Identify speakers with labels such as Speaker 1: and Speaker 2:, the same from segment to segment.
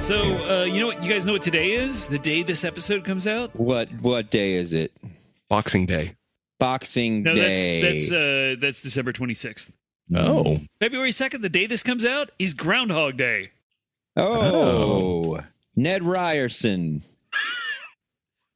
Speaker 1: So, uh, you know what? You guys know what today is? The day this episode comes out?
Speaker 2: What what day is it?
Speaker 3: Boxing Day.
Speaker 2: Boxing
Speaker 1: No,
Speaker 2: Day.
Speaker 1: that's that's uh, that's December 26th.
Speaker 3: Oh,
Speaker 1: February 2nd, the day this comes out, is Groundhog Day.
Speaker 2: oh. Ned Ryerson.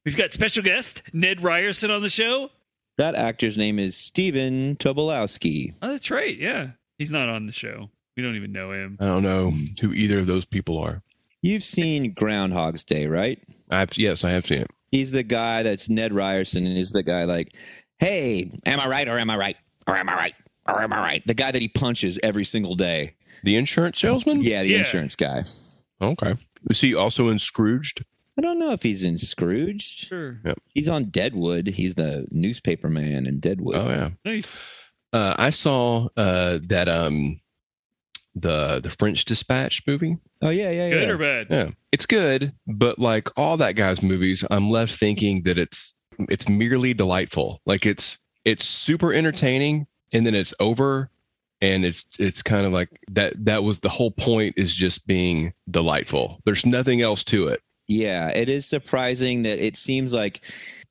Speaker 1: We've got special guest Ned Ryerson on the show.
Speaker 2: That actor's name is Steven Tobolowski.
Speaker 1: Oh, that's right. Yeah. He's not on the show. We don't even know him.
Speaker 3: I don't know who either of those people are.
Speaker 2: You've seen Groundhog's Day, right?
Speaker 3: I've, yes, I have seen it.
Speaker 2: He's the guy that's Ned Ryerson, and he's the guy like, "Hey, am I right or am I right or am I right or am I right?" The guy that he punches every single day.
Speaker 3: The insurance salesman.
Speaker 2: Yeah, the
Speaker 1: Yeah.
Speaker 2: insurance guy.
Speaker 3: Okay. Was he also in Scrooged?
Speaker 2: I don't know if he's in Scrooge.
Speaker 1: Sure.
Speaker 2: He's on Deadwood. He's the newspaper man in Deadwood.
Speaker 3: Oh yeah.
Speaker 1: Nice.
Speaker 3: Uh, I saw uh, that um, the the French Dispatch movie.
Speaker 2: Oh, yeah, yeah, yeah.
Speaker 1: Good or bad?
Speaker 3: Yeah, it's good, but like all that guy's movies, I'm left thinking that it's it's merely delightful. Like it's it's super entertaining, and then it's over, and it's it's kind of like that. That was the whole point is just being delightful. There's nothing else to it.
Speaker 2: Yeah, it is surprising that it seems like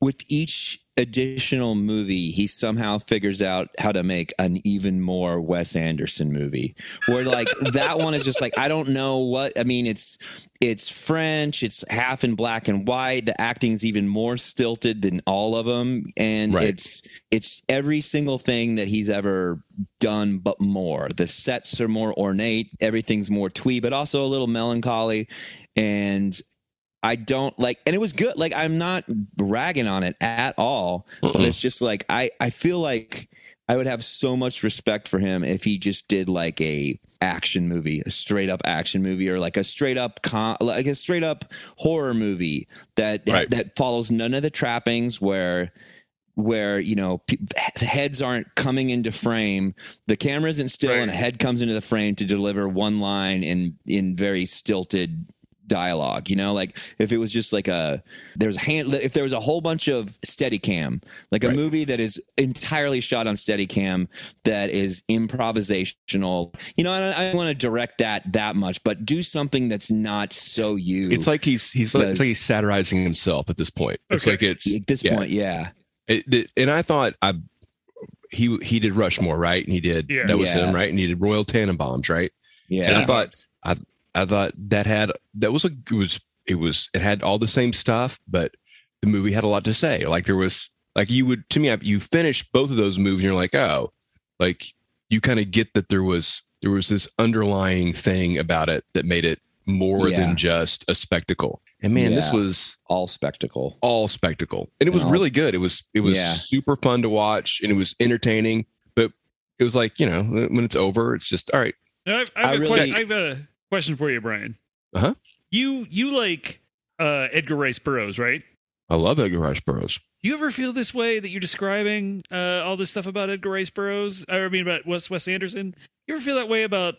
Speaker 2: with each additional movie, he somehow figures out how to make an even more Wes Anderson movie. Where like that one is just like I don't know what I mean. It's it's French. It's half in black and white. The acting's even more stilted than all of them, and
Speaker 3: Right.
Speaker 2: it's it's every single thing that he's ever done, but more. The sets are more ornate. Everything's more twee, but also a little melancholy. And I don't like, and it was good. Like I'm not ragging on it at all, but
Speaker 3: Mm-mm.
Speaker 2: it's just like I I feel like I would have so much respect for him if he just did like a action movie, a straight up action movie, or like a straight up con, like a straight up horror movie that
Speaker 3: Right.
Speaker 2: that follows none of the trappings where where you know pe- heads aren't coming into frame the camera isn't still
Speaker 1: Right.
Speaker 2: and a head comes into the frame to deliver one line in in very stilted dialogue you know like if it was just like a there's hand if there was a whole bunch of steadicam like a
Speaker 3: Right.
Speaker 2: movie that is entirely shot on steadicam that is improvisational you know i don't, I don't want to direct that that much but do something that's not so you
Speaker 3: It's like he's he's like, it's
Speaker 2: Yes.
Speaker 3: like he's satirizing himself at this point. It's
Speaker 1: Okay.
Speaker 3: like it's
Speaker 2: at this
Speaker 3: yeah.
Speaker 2: point yeah
Speaker 3: It, it- and I thought I he he did Rushmore right, and he did
Speaker 1: Yeah.
Speaker 3: that was
Speaker 2: Yeah.
Speaker 3: him right, and he did Royal Tannenbaums right. And I
Speaker 2: yeah
Speaker 3: thought I I thought that had that was a it was it was it had all the same stuff, but the movie had a lot to say. Like there was like you would to me I- you finish both of those movies and you're like, oh, like you kind of get that there was there was this underlying thing about it that made it more
Speaker 2: Yeah.
Speaker 3: than just a spectacle. And man, this
Speaker 2: Yeah.
Speaker 3: was
Speaker 2: all spectacle
Speaker 3: all spectacle. And it was
Speaker 2: And all-
Speaker 3: really good. It was it was
Speaker 2: Yeah.
Speaker 3: super fun to watch and it was entertaining, but it was like, you know, when it's over, it's just all right.
Speaker 1: Now, I've,
Speaker 2: I
Speaker 1: I've, a que-
Speaker 2: really-
Speaker 1: I've a question for you, Brian.
Speaker 3: Uh-huh.
Speaker 1: You you like uh, Edgar Rice Burroughs, right?
Speaker 3: I love Edgar Rice Burroughs.
Speaker 1: Do you ever feel this way that you're describing uh, all this stuff about Edgar Rice Burroughs? I mean, about Wes Wes Anderson. You ever feel that way about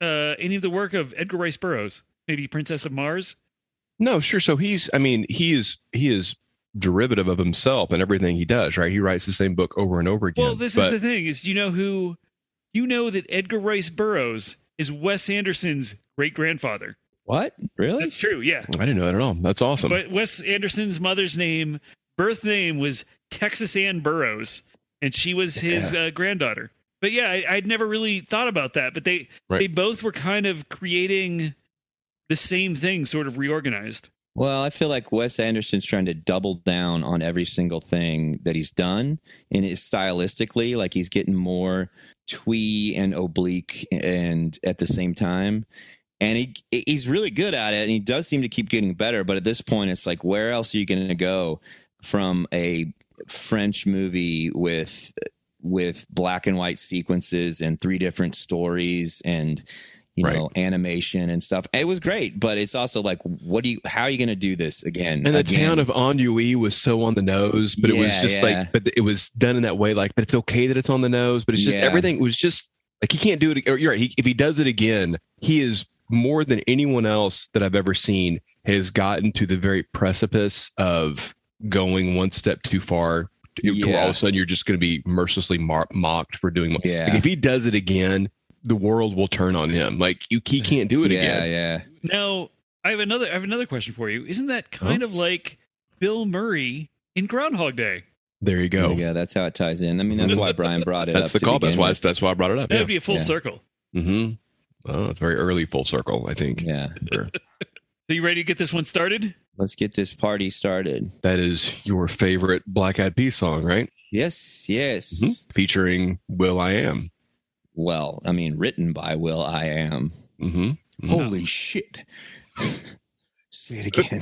Speaker 1: uh, any of the work of Edgar Rice Burroughs? Maybe Princess of Mars.
Speaker 3: No, sure. So he's, I mean, he is, he is derivative of himself and everything he does, right? He writes the same book over and over again.
Speaker 1: Well, this
Speaker 3: But
Speaker 1: is the thing: is do you know who? You know that Edgar Rice Burroughs is Wes Anderson's great grandfather.
Speaker 2: what really
Speaker 1: That's true. Yeah,
Speaker 3: I didn't know that at all. That's awesome.
Speaker 1: but Wes Anderson's mother's name, birth name was Texas Ann Burroughs, and she was his uh, granddaughter. But yeah, I, I'd never really thought about that. But they
Speaker 3: Right.
Speaker 1: they both were kind of creating the same thing, sort of reorganized.
Speaker 2: Well, I feel like Wes Anderson's trying to double down on every single thing that he's done, and it's stylistically like he's getting more twee and oblique, and at the same time, and he he's really good at it, and he does seem to keep getting better. But at this point, it's like, where else are you going to go from a French movie with with black and white sequences and three different stories and you
Speaker 3: Right.
Speaker 2: know animation and stuff. It was great, but it's also like, what do you? How are you going to do this again?
Speaker 3: And the
Speaker 2: again?
Speaker 3: town of Ennui was so on the nose, but it was
Speaker 2: Yeah,
Speaker 3: just
Speaker 2: yeah.
Speaker 3: like, but it was done in that way. Like, but it's okay that it's on the nose, but it's just
Speaker 2: Yeah.
Speaker 3: everything was just like he can't do it. You're right. He, if he does it again, he is more than anyone else that I've ever seen has gotten to the very precipice of going one step too far. To to
Speaker 2: Yeah.
Speaker 3: all of a sudden, you're just going to be mercilessly mar- mocked for doing. Like,
Speaker 2: Yeah.
Speaker 3: if he does it again, the world will turn on him. Like you, he can't do it
Speaker 2: yeah,
Speaker 3: again.
Speaker 2: yeah.
Speaker 1: Now, I have another I have another question for you. Isn't that kind of like Bill Murray in Groundhog Day?
Speaker 3: There you go.
Speaker 2: yeah, that's how it ties in. I mean, that's why Brian brought it up.
Speaker 3: That's the
Speaker 2: to
Speaker 3: call. That's
Speaker 2: begin
Speaker 3: why.
Speaker 2: with.
Speaker 3: That's why I brought it up.
Speaker 1: That
Speaker 3: Yeah.
Speaker 1: would be a full
Speaker 2: Yeah.
Speaker 1: circle.
Speaker 3: Mm-hmm. Oh, it's very early full circle, I think.
Speaker 2: Yeah,
Speaker 3: Or-
Speaker 1: So you ready to get this one started?
Speaker 2: let's get this party started.
Speaker 3: That is your favorite Black Eyed Peas song, right?
Speaker 2: Yes, yes.
Speaker 3: Mm-hmm. Featuring Will I Am.
Speaker 2: Well, I mean, written by Will I Am.
Speaker 3: hmm
Speaker 2: Holy shit. Say it again.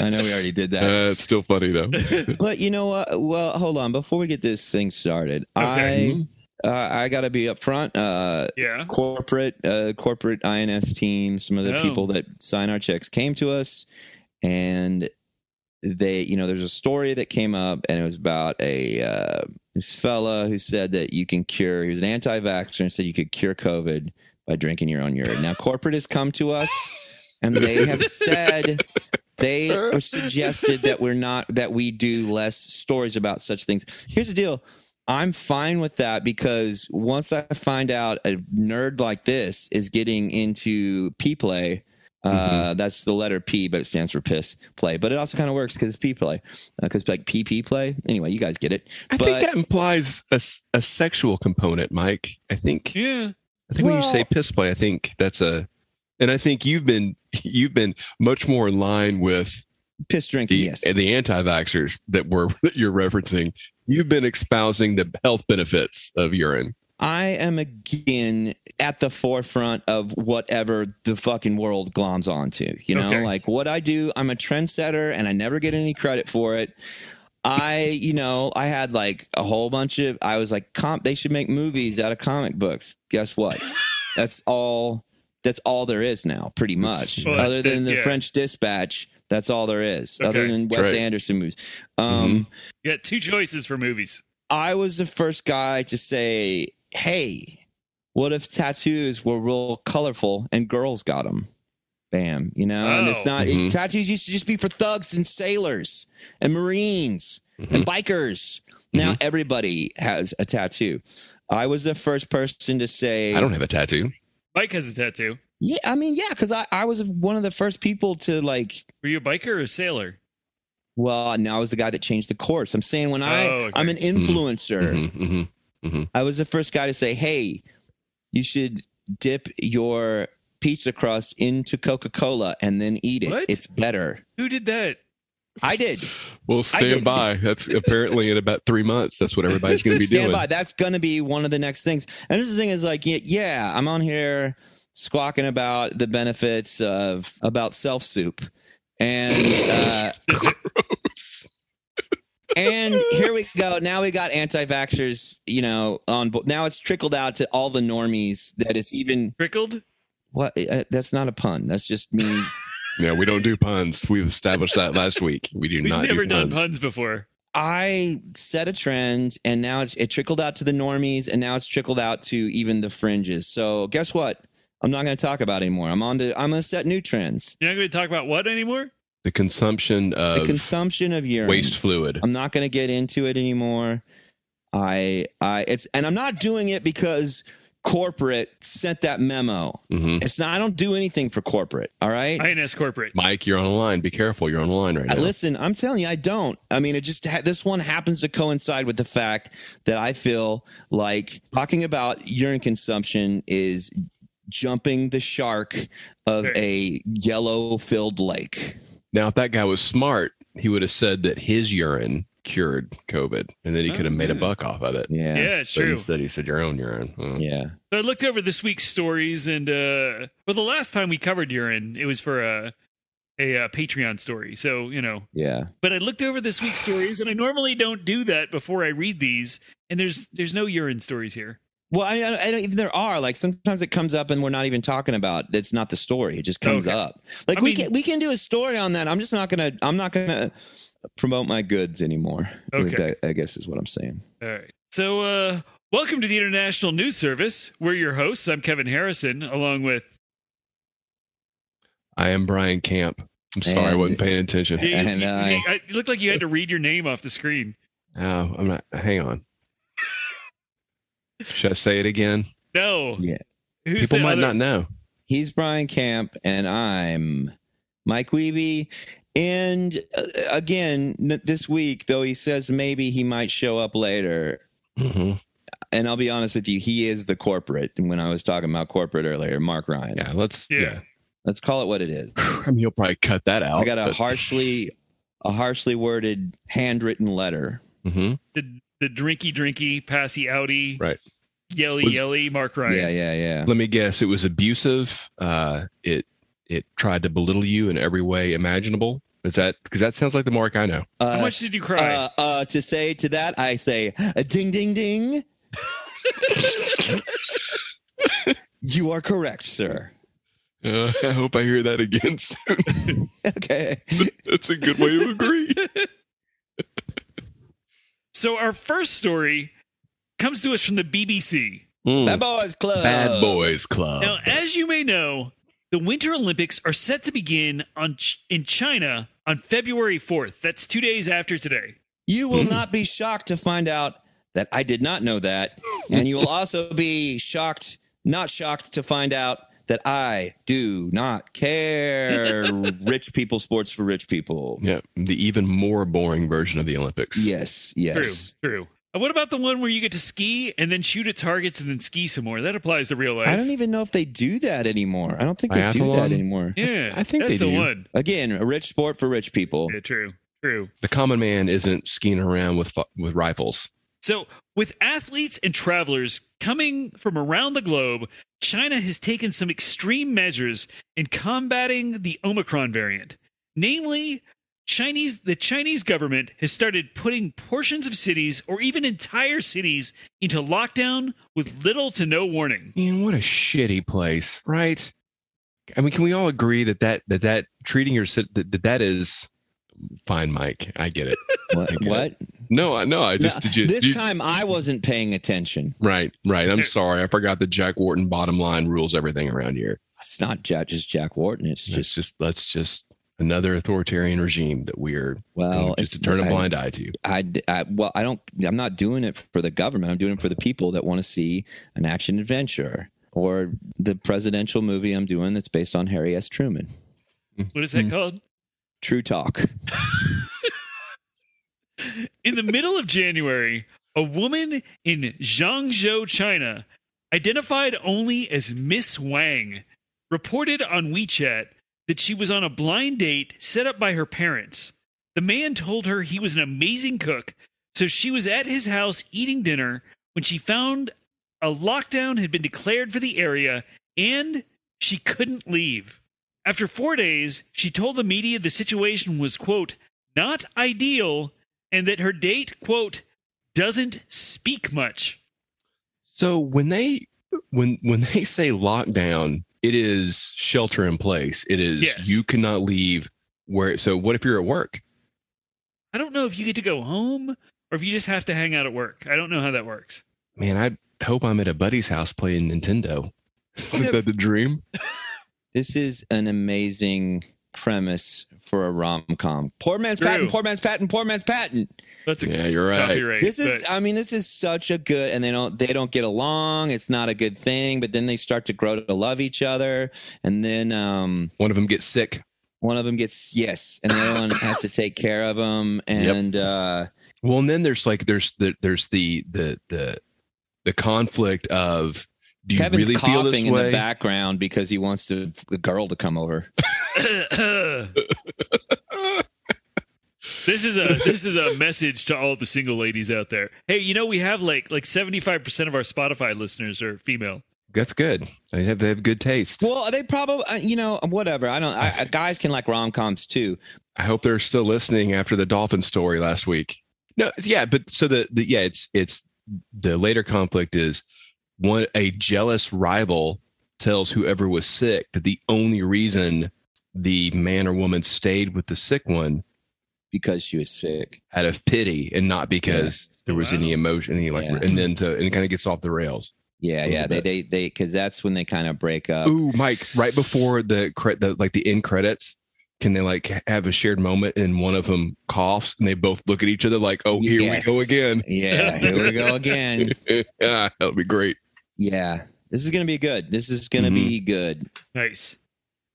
Speaker 2: I know we already did that.
Speaker 3: Uh, it's still funny though.
Speaker 2: but you know what? Well, hold on. Before we get this thing started,
Speaker 3: Mm-hmm.
Speaker 1: Okay.
Speaker 2: I uh, I got to be upfront. Uh,
Speaker 1: Yeah.
Speaker 2: corporate uh, corporate INS team, some of the
Speaker 1: Oh.
Speaker 2: people that sign our checks came to us, and they, you know, there's a story that came up, and it was about a uh, this fella who said that you can cure. He was an anti-vaxxer and said you could cure COVID by drinking your own urine. Now, corporate has come to us, and they have said. They are suggested that we're not that we do less stories about such things. Here's the deal: I'm fine with that because once I find out a nerd like this is getting into P play, uh, that's the letter P, but it stands for piss play. But it also kind of works because it's P play, because like PP play. Anyway, you guys get it.
Speaker 3: I
Speaker 2: but
Speaker 3: think that implies a, s- a sexual component, Mike. I think
Speaker 1: Yeah.
Speaker 3: I think when you
Speaker 2: Well-
Speaker 3: say piss play, I think that's a and I think you've been you've been much more in line with
Speaker 2: piss drinking,
Speaker 3: the
Speaker 2: yes,
Speaker 3: the anti-vaxxers that were that you're referencing. You've been espousing the health benefits of urine.
Speaker 2: I am again at the forefront of whatever the fucking world gloms onto. You know,
Speaker 1: Okay.
Speaker 2: like what I do, I'm a trendsetter and I never get any credit for it. I, you know, I had like a whole bunch of, I was like, comp, they should make movies out of comic books. Guess what? that's all, that's all there is now, pretty much.
Speaker 1: Well,
Speaker 2: Other than the
Speaker 1: yeah.
Speaker 2: French Dispatch, that's all there is. Other
Speaker 1: Okay.
Speaker 2: than Wes
Speaker 3: Right.
Speaker 2: Anderson movies. Um,
Speaker 1: You got two choices for movies.
Speaker 2: I was the first guy to say, "Hey, what if tattoos were real colorful and girls got them?" Bam, you know. And
Speaker 1: Oh.
Speaker 2: it's not
Speaker 3: Mhm.
Speaker 2: tattoos used to just be for thugs and sailors and marines and bikers. Now everybody has a tattoo. I was the first person to say,
Speaker 3: I don't have a tattoo.
Speaker 1: Mike has a tattoo.
Speaker 2: "Yeah, I mean, yeah," because I, I was one of the first people to like
Speaker 1: Were you a biker or a sailor?
Speaker 2: well, now I was the guy that changed the course. I'm saying when I
Speaker 1: Oh, okay.
Speaker 2: I'm an influencer,
Speaker 3: Mhm, mhm.
Speaker 2: I was the first guy to say, "Hey, you should dip your pizza crust into Coca-Cola and then eat it.
Speaker 1: What?
Speaker 2: It's better."
Speaker 1: Who did that?
Speaker 2: I did.
Speaker 3: Well,
Speaker 2: did-
Speaker 3: stand by. That's apparently in about three months. That's what everybody's going to be
Speaker 2: Stand
Speaker 3: doing.
Speaker 2: by. That's going to be one of the next things. And this is the thing is like, yeah, yeah, I'm on here squawking about the benefits of about self soup, and uh, and here we go. Now we got anti-vaxxers, you know, on. bo- Now it's trickled out to all the normies that it's even
Speaker 1: Trickled?
Speaker 2: What? Uh, that's not a pun. That's just me.
Speaker 3: Yeah, we don't do puns. We've established that last week. We do
Speaker 1: We've
Speaker 3: not
Speaker 1: never
Speaker 3: do
Speaker 1: done
Speaker 3: puns.
Speaker 1: puns before.
Speaker 2: I set a trend, and now it's, it trickled out to the normies, and now it's trickled out to even the fringes. So guess what? I'm not going to talk about it anymore. I'm on to. I'm going to set new trends.
Speaker 1: You're not going to talk about what anymore?
Speaker 3: The consumption
Speaker 2: The
Speaker 3: of
Speaker 2: consumption of urine.
Speaker 3: waste fluid.
Speaker 2: I'm not going to get into it anymore. I. I. It's and I'm not doing it because corporate sent that memo.
Speaker 3: hmm
Speaker 2: It's not. I don't do anything for corporate. All right.
Speaker 1: INS Corporate.
Speaker 3: Mike, you're on a line. Be careful. You're on a line right
Speaker 2: I-
Speaker 3: now.
Speaker 2: Listen, I'm telling you, I don't. I mean, it just ha- this one happens to coincide with the fact that I feel like talking about urine consumption is jumping the shark of a yellow-filled lake.
Speaker 3: now, if that guy was smart, he would have said that his urine cured COVID, and then he could have made a
Speaker 1: Okay.
Speaker 3: buck off of it.
Speaker 2: Yeah,
Speaker 1: Yeah, it's
Speaker 3: But
Speaker 1: true.
Speaker 3: instead, he said your own urine. Mm.
Speaker 2: yeah.
Speaker 1: So I looked over this week's stories, and uh, well, the last time we covered urine, it was for a a uh, Patreon story. So, you know,
Speaker 2: Yeah.
Speaker 1: but I looked over this week's stories and I normally don't do that before I read these and there's there's no urine stories here.
Speaker 2: Well, I, I I don't even there are like sometimes it comes up and we're not even talking about. It's not the story. It just comes
Speaker 1: Okay.
Speaker 2: up. Like
Speaker 1: I
Speaker 2: we
Speaker 1: mean-
Speaker 2: can we can do a story on that. I'm just not gonna I'm not gonna promote my goods anymore.
Speaker 1: Okay.
Speaker 2: That, I guess is what I'm saying.
Speaker 1: All right. So, uh welcome to the International News Service. We're your hosts. I'm Kevin Harrison along with
Speaker 3: I am Brian Camp. I'm sorry I
Speaker 2: And-
Speaker 3: wasn't paying attention.
Speaker 1: you,
Speaker 2: And
Speaker 1: you-
Speaker 2: I-
Speaker 1: you- it looked like you had to read your name off the screen.
Speaker 3: Oh, I'm not. Hang on. Should I say it again?
Speaker 1: No.
Speaker 2: Yeah.
Speaker 1: Who's
Speaker 3: People
Speaker 1: the
Speaker 3: might
Speaker 1: other-
Speaker 3: not know.
Speaker 2: He's Brian Camp and I'm Mike Weeby. And uh, again, n- this week though he says maybe he might show up later.
Speaker 3: hmm
Speaker 2: And I'll be honest with you, he is the corporate. And when I was talking about corporate earlier, Mark Ryan.
Speaker 3: Yeah, let's.
Speaker 1: Yeah.
Speaker 3: Yeah.
Speaker 2: Let's call it what it is.
Speaker 3: I mean, you'll probably cut that out.
Speaker 2: I got a
Speaker 3: but-
Speaker 2: harshly a harshly worded handwritten letter.
Speaker 3: Mhm.
Speaker 1: the the drinky drinky passy outy
Speaker 3: Right.
Speaker 1: yelly
Speaker 3: Was-
Speaker 1: yelly Mark Ryan.
Speaker 2: Yeah, yeah, yeah.
Speaker 3: Let me guess. It was abusive. Uh, it it tried to belittle you in every way imaginable. Is that because that sounds like the mark I know?
Speaker 1: How
Speaker 2: Uh,
Speaker 1: much did you cry?
Speaker 2: uh, uh, to say to that, I say uh, ding, ding, ding. you are correct, sir.
Speaker 3: Uh, I hope I hear that again soon.
Speaker 2: Okay.
Speaker 3: That's a good way to agree.
Speaker 1: so our first story comes to us from the BBC.
Speaker 2: Bad Boys Club.
Speaker 3: Bad Boys Club.
Speaker 1: Now, as you may know, the Winter Olympics are set to begin on Ch- in China on February 4th. That's 2 days after today.
Speaker 2: You
Speaker 3: Hmm.
Speaker 2: will not be shocked to find out that I did not know that. And you will also be shocked, not shocked to find out that I do not care. rich people, sports for rich people.
Speaker 3: yeah, the even more boring version of the Olympics.
Speaker 2: Yes, yes.
Speaker 1: True. True. Uh, What about the one where you get to ski and then shoot at targets and then ski some more? That applies to real life.
Speaker 2: I don't even know if they do that anymore. I don't think they do
Speaker 3: Biathlon?
Speaker 2: that anymore.
Speaker 1: yeah,
Speaker 3: I think
Speaker 1: that's
Speaker 3: they
Speaker 1: the
Speaker 3: do.
Speaker 1: one.
Speaker 2: Again, a rich sport for rich people.
Speaker 1: Yeah, true. True.
Speaker 3: The common man isn't skiing around with fu- with rifles.
Speaker 1: So, with athletes and travelers coming from around the globe, China has taken some extreme measures in combating the Omicron variant. Namely, Chinese the Chinese government has started putting portions of cities or even entire cities into lockdown with little to no warning.
Speaker 3: Man, what a shitty place, right? I mean, can we all agree that that that, that treating your cit- that, that that is fine, Mike? I get it.
Speaker 2: What?
Speaker 3: Okay.
Speaker 2: what?
Speaker 3: No, I no, I just
Speaker 2: No,
Speaker 3: did you,
Speaker 2: this
Speaker 3: you-
Speaker 2: time I wasn't paying attention.
Speaker 3: Right, right. I'm
Speaker 1: Here.
Speaker 3: sorry, I forgot that Jack Wharton bottom line rules everything around here.
Speaker 2: It's not Jack, just Jack Wharton. It's
Speaker 3: It's
Speaker 2: just,
Speaker 3: just let's just another authoritarian regime that we're
Speaker 2: well,
Speaker 3: just
Speaker 2: it's-
Speaker 3: to turn a
Speaker 2: I-
Speaker 3: blind eye to.
Speaker 2: I, I- well, I don't. I'm not doing it for the government. I'm doing it for the people that want to see an action adventure or the presidential movie I'm doing that's based on Harry S. Truman.
Speaker 1: What is that
Speaker 3: Mm.
Speaker 1: called?
Speaker 2: True Talk.
Speaker 1: In the middle of January, a woman in Zhangzhou, China, identified only as Miss Wang, reported on WeChat that she was on a blind date set up by her parents. The man told her he was an amazing cook, so she was at his house eating dinner when she found a lockdown had been declared for the area and she couldn't leave. After four days, she told the media the situation was, quote, not ideal and that her date, quote, doesn't speak much.
Speaker 3: So when they when when they say lockdown, it is shelter in place. It is
Speaker 1: Yes.
Speaker 3: you cannot leave where so what if you're at work?
Speaker 1: I don't know if you get to go home or if you just have to hang out at work. I don't know how that works.
Speaker 3: Man, I hope I'm at a buddy's house playing Nintendo. Isn't that the dream?
Speaker 2: This is an amazing premise for a rom com. Poor man's
Speaker 1: True.
Speaker 2: patent. Poor man's patent. Poor man's patent.
Speaker 1: That's a
Speaker 3: Yeah, you're right.
Speaker 1: copyright.
Speaker 2: This is.
Speaker 1: but-
Speaker 2: I mean, this is such a good. And they don't. They don't get along. It's not a good thing. But then they start to grow to love each other. And then. um
Speaker 3: One of them gets sick.
Speaker 2: one of them gets yes and the other one has to take care of them and uh
Speaker 3: Well, and then there's like there's the there's the the the the conflict of do you
Speaker 2: kevin's
Speaker 3: really feel
Speaker 2: coughing
Speaker 3: this
Speaker 2: in
Speaker 3: way?
Speaker 2: the background because he wants to, a girl to come over
Speaker 1: this is a this is a message to all the single ladies out there. Hey, you know we have like like 75% of our Spotify listeners are female.
Speaker 3: that's good. They have they have good taste.
Speaker 2: Well, they probably, uh, you know, whatever. I don't. I, guys can like rom coms too.
Speaker 3: I hope they're still listening after the dolphin story last week. No, yeah, but so the, the yeah, it's it's the later conflict is one a jealous rival tells whoever was sick that the only reason the man or woman stayed with the sick one
Speaker 2: because she was sick.
Speaker 3: out of pity and not because there was
Speaker 1: Wow.
Speaker 3: any emotion, any like,
Speaker 2: Yeah.
Speaker 3: and then to and it kind of gets off the rails.
Speaker 2: Yeah,
Speaker 3: A
Speaker 2: yeah. They
Speaker 3: little
Speaker 2: they they because that's when they kind of break up.
Speaker 3: Ooh, Mike, right before the, cre- the like the end credits, can they like have a shared moment and one of them coughs and they both look at each other like, oh, here
Speaker 2: Yes.
Speaker 3: we go again.
Speaker 2: Yeah, here we go again.
Speaker 3: Ah, That'll be great.
Speaker 2: Yeah, this is gonna be good. This is gonna be good.
Speaker 1: Nice.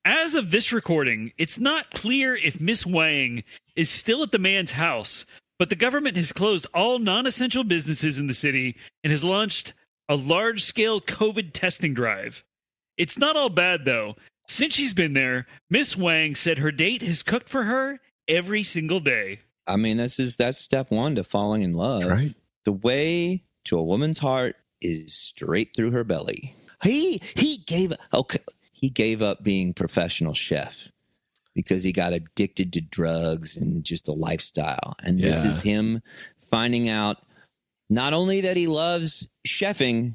Speaker 1: As of this recording, it's not clear if Miss Wang is still at the man's house, but the government has closed all non essential businesses in the city and has launched a large scale COVID testing drive. It's not all bad, though. Since she's been there, Miss Wang said her date has cooked for her every single day.
Speaker 2: I mean, this is that's step one to falling in love.
Speaker 3: Right.
Speaker 2: The way to a woman's heart is straight through her belly. He he gave okay. He gave up being professional chef because he got addicted to drugs and just a lifestyle. And this
Speaker 3: Yeah.
Speaker 2: is him finding out not only that he loves chefing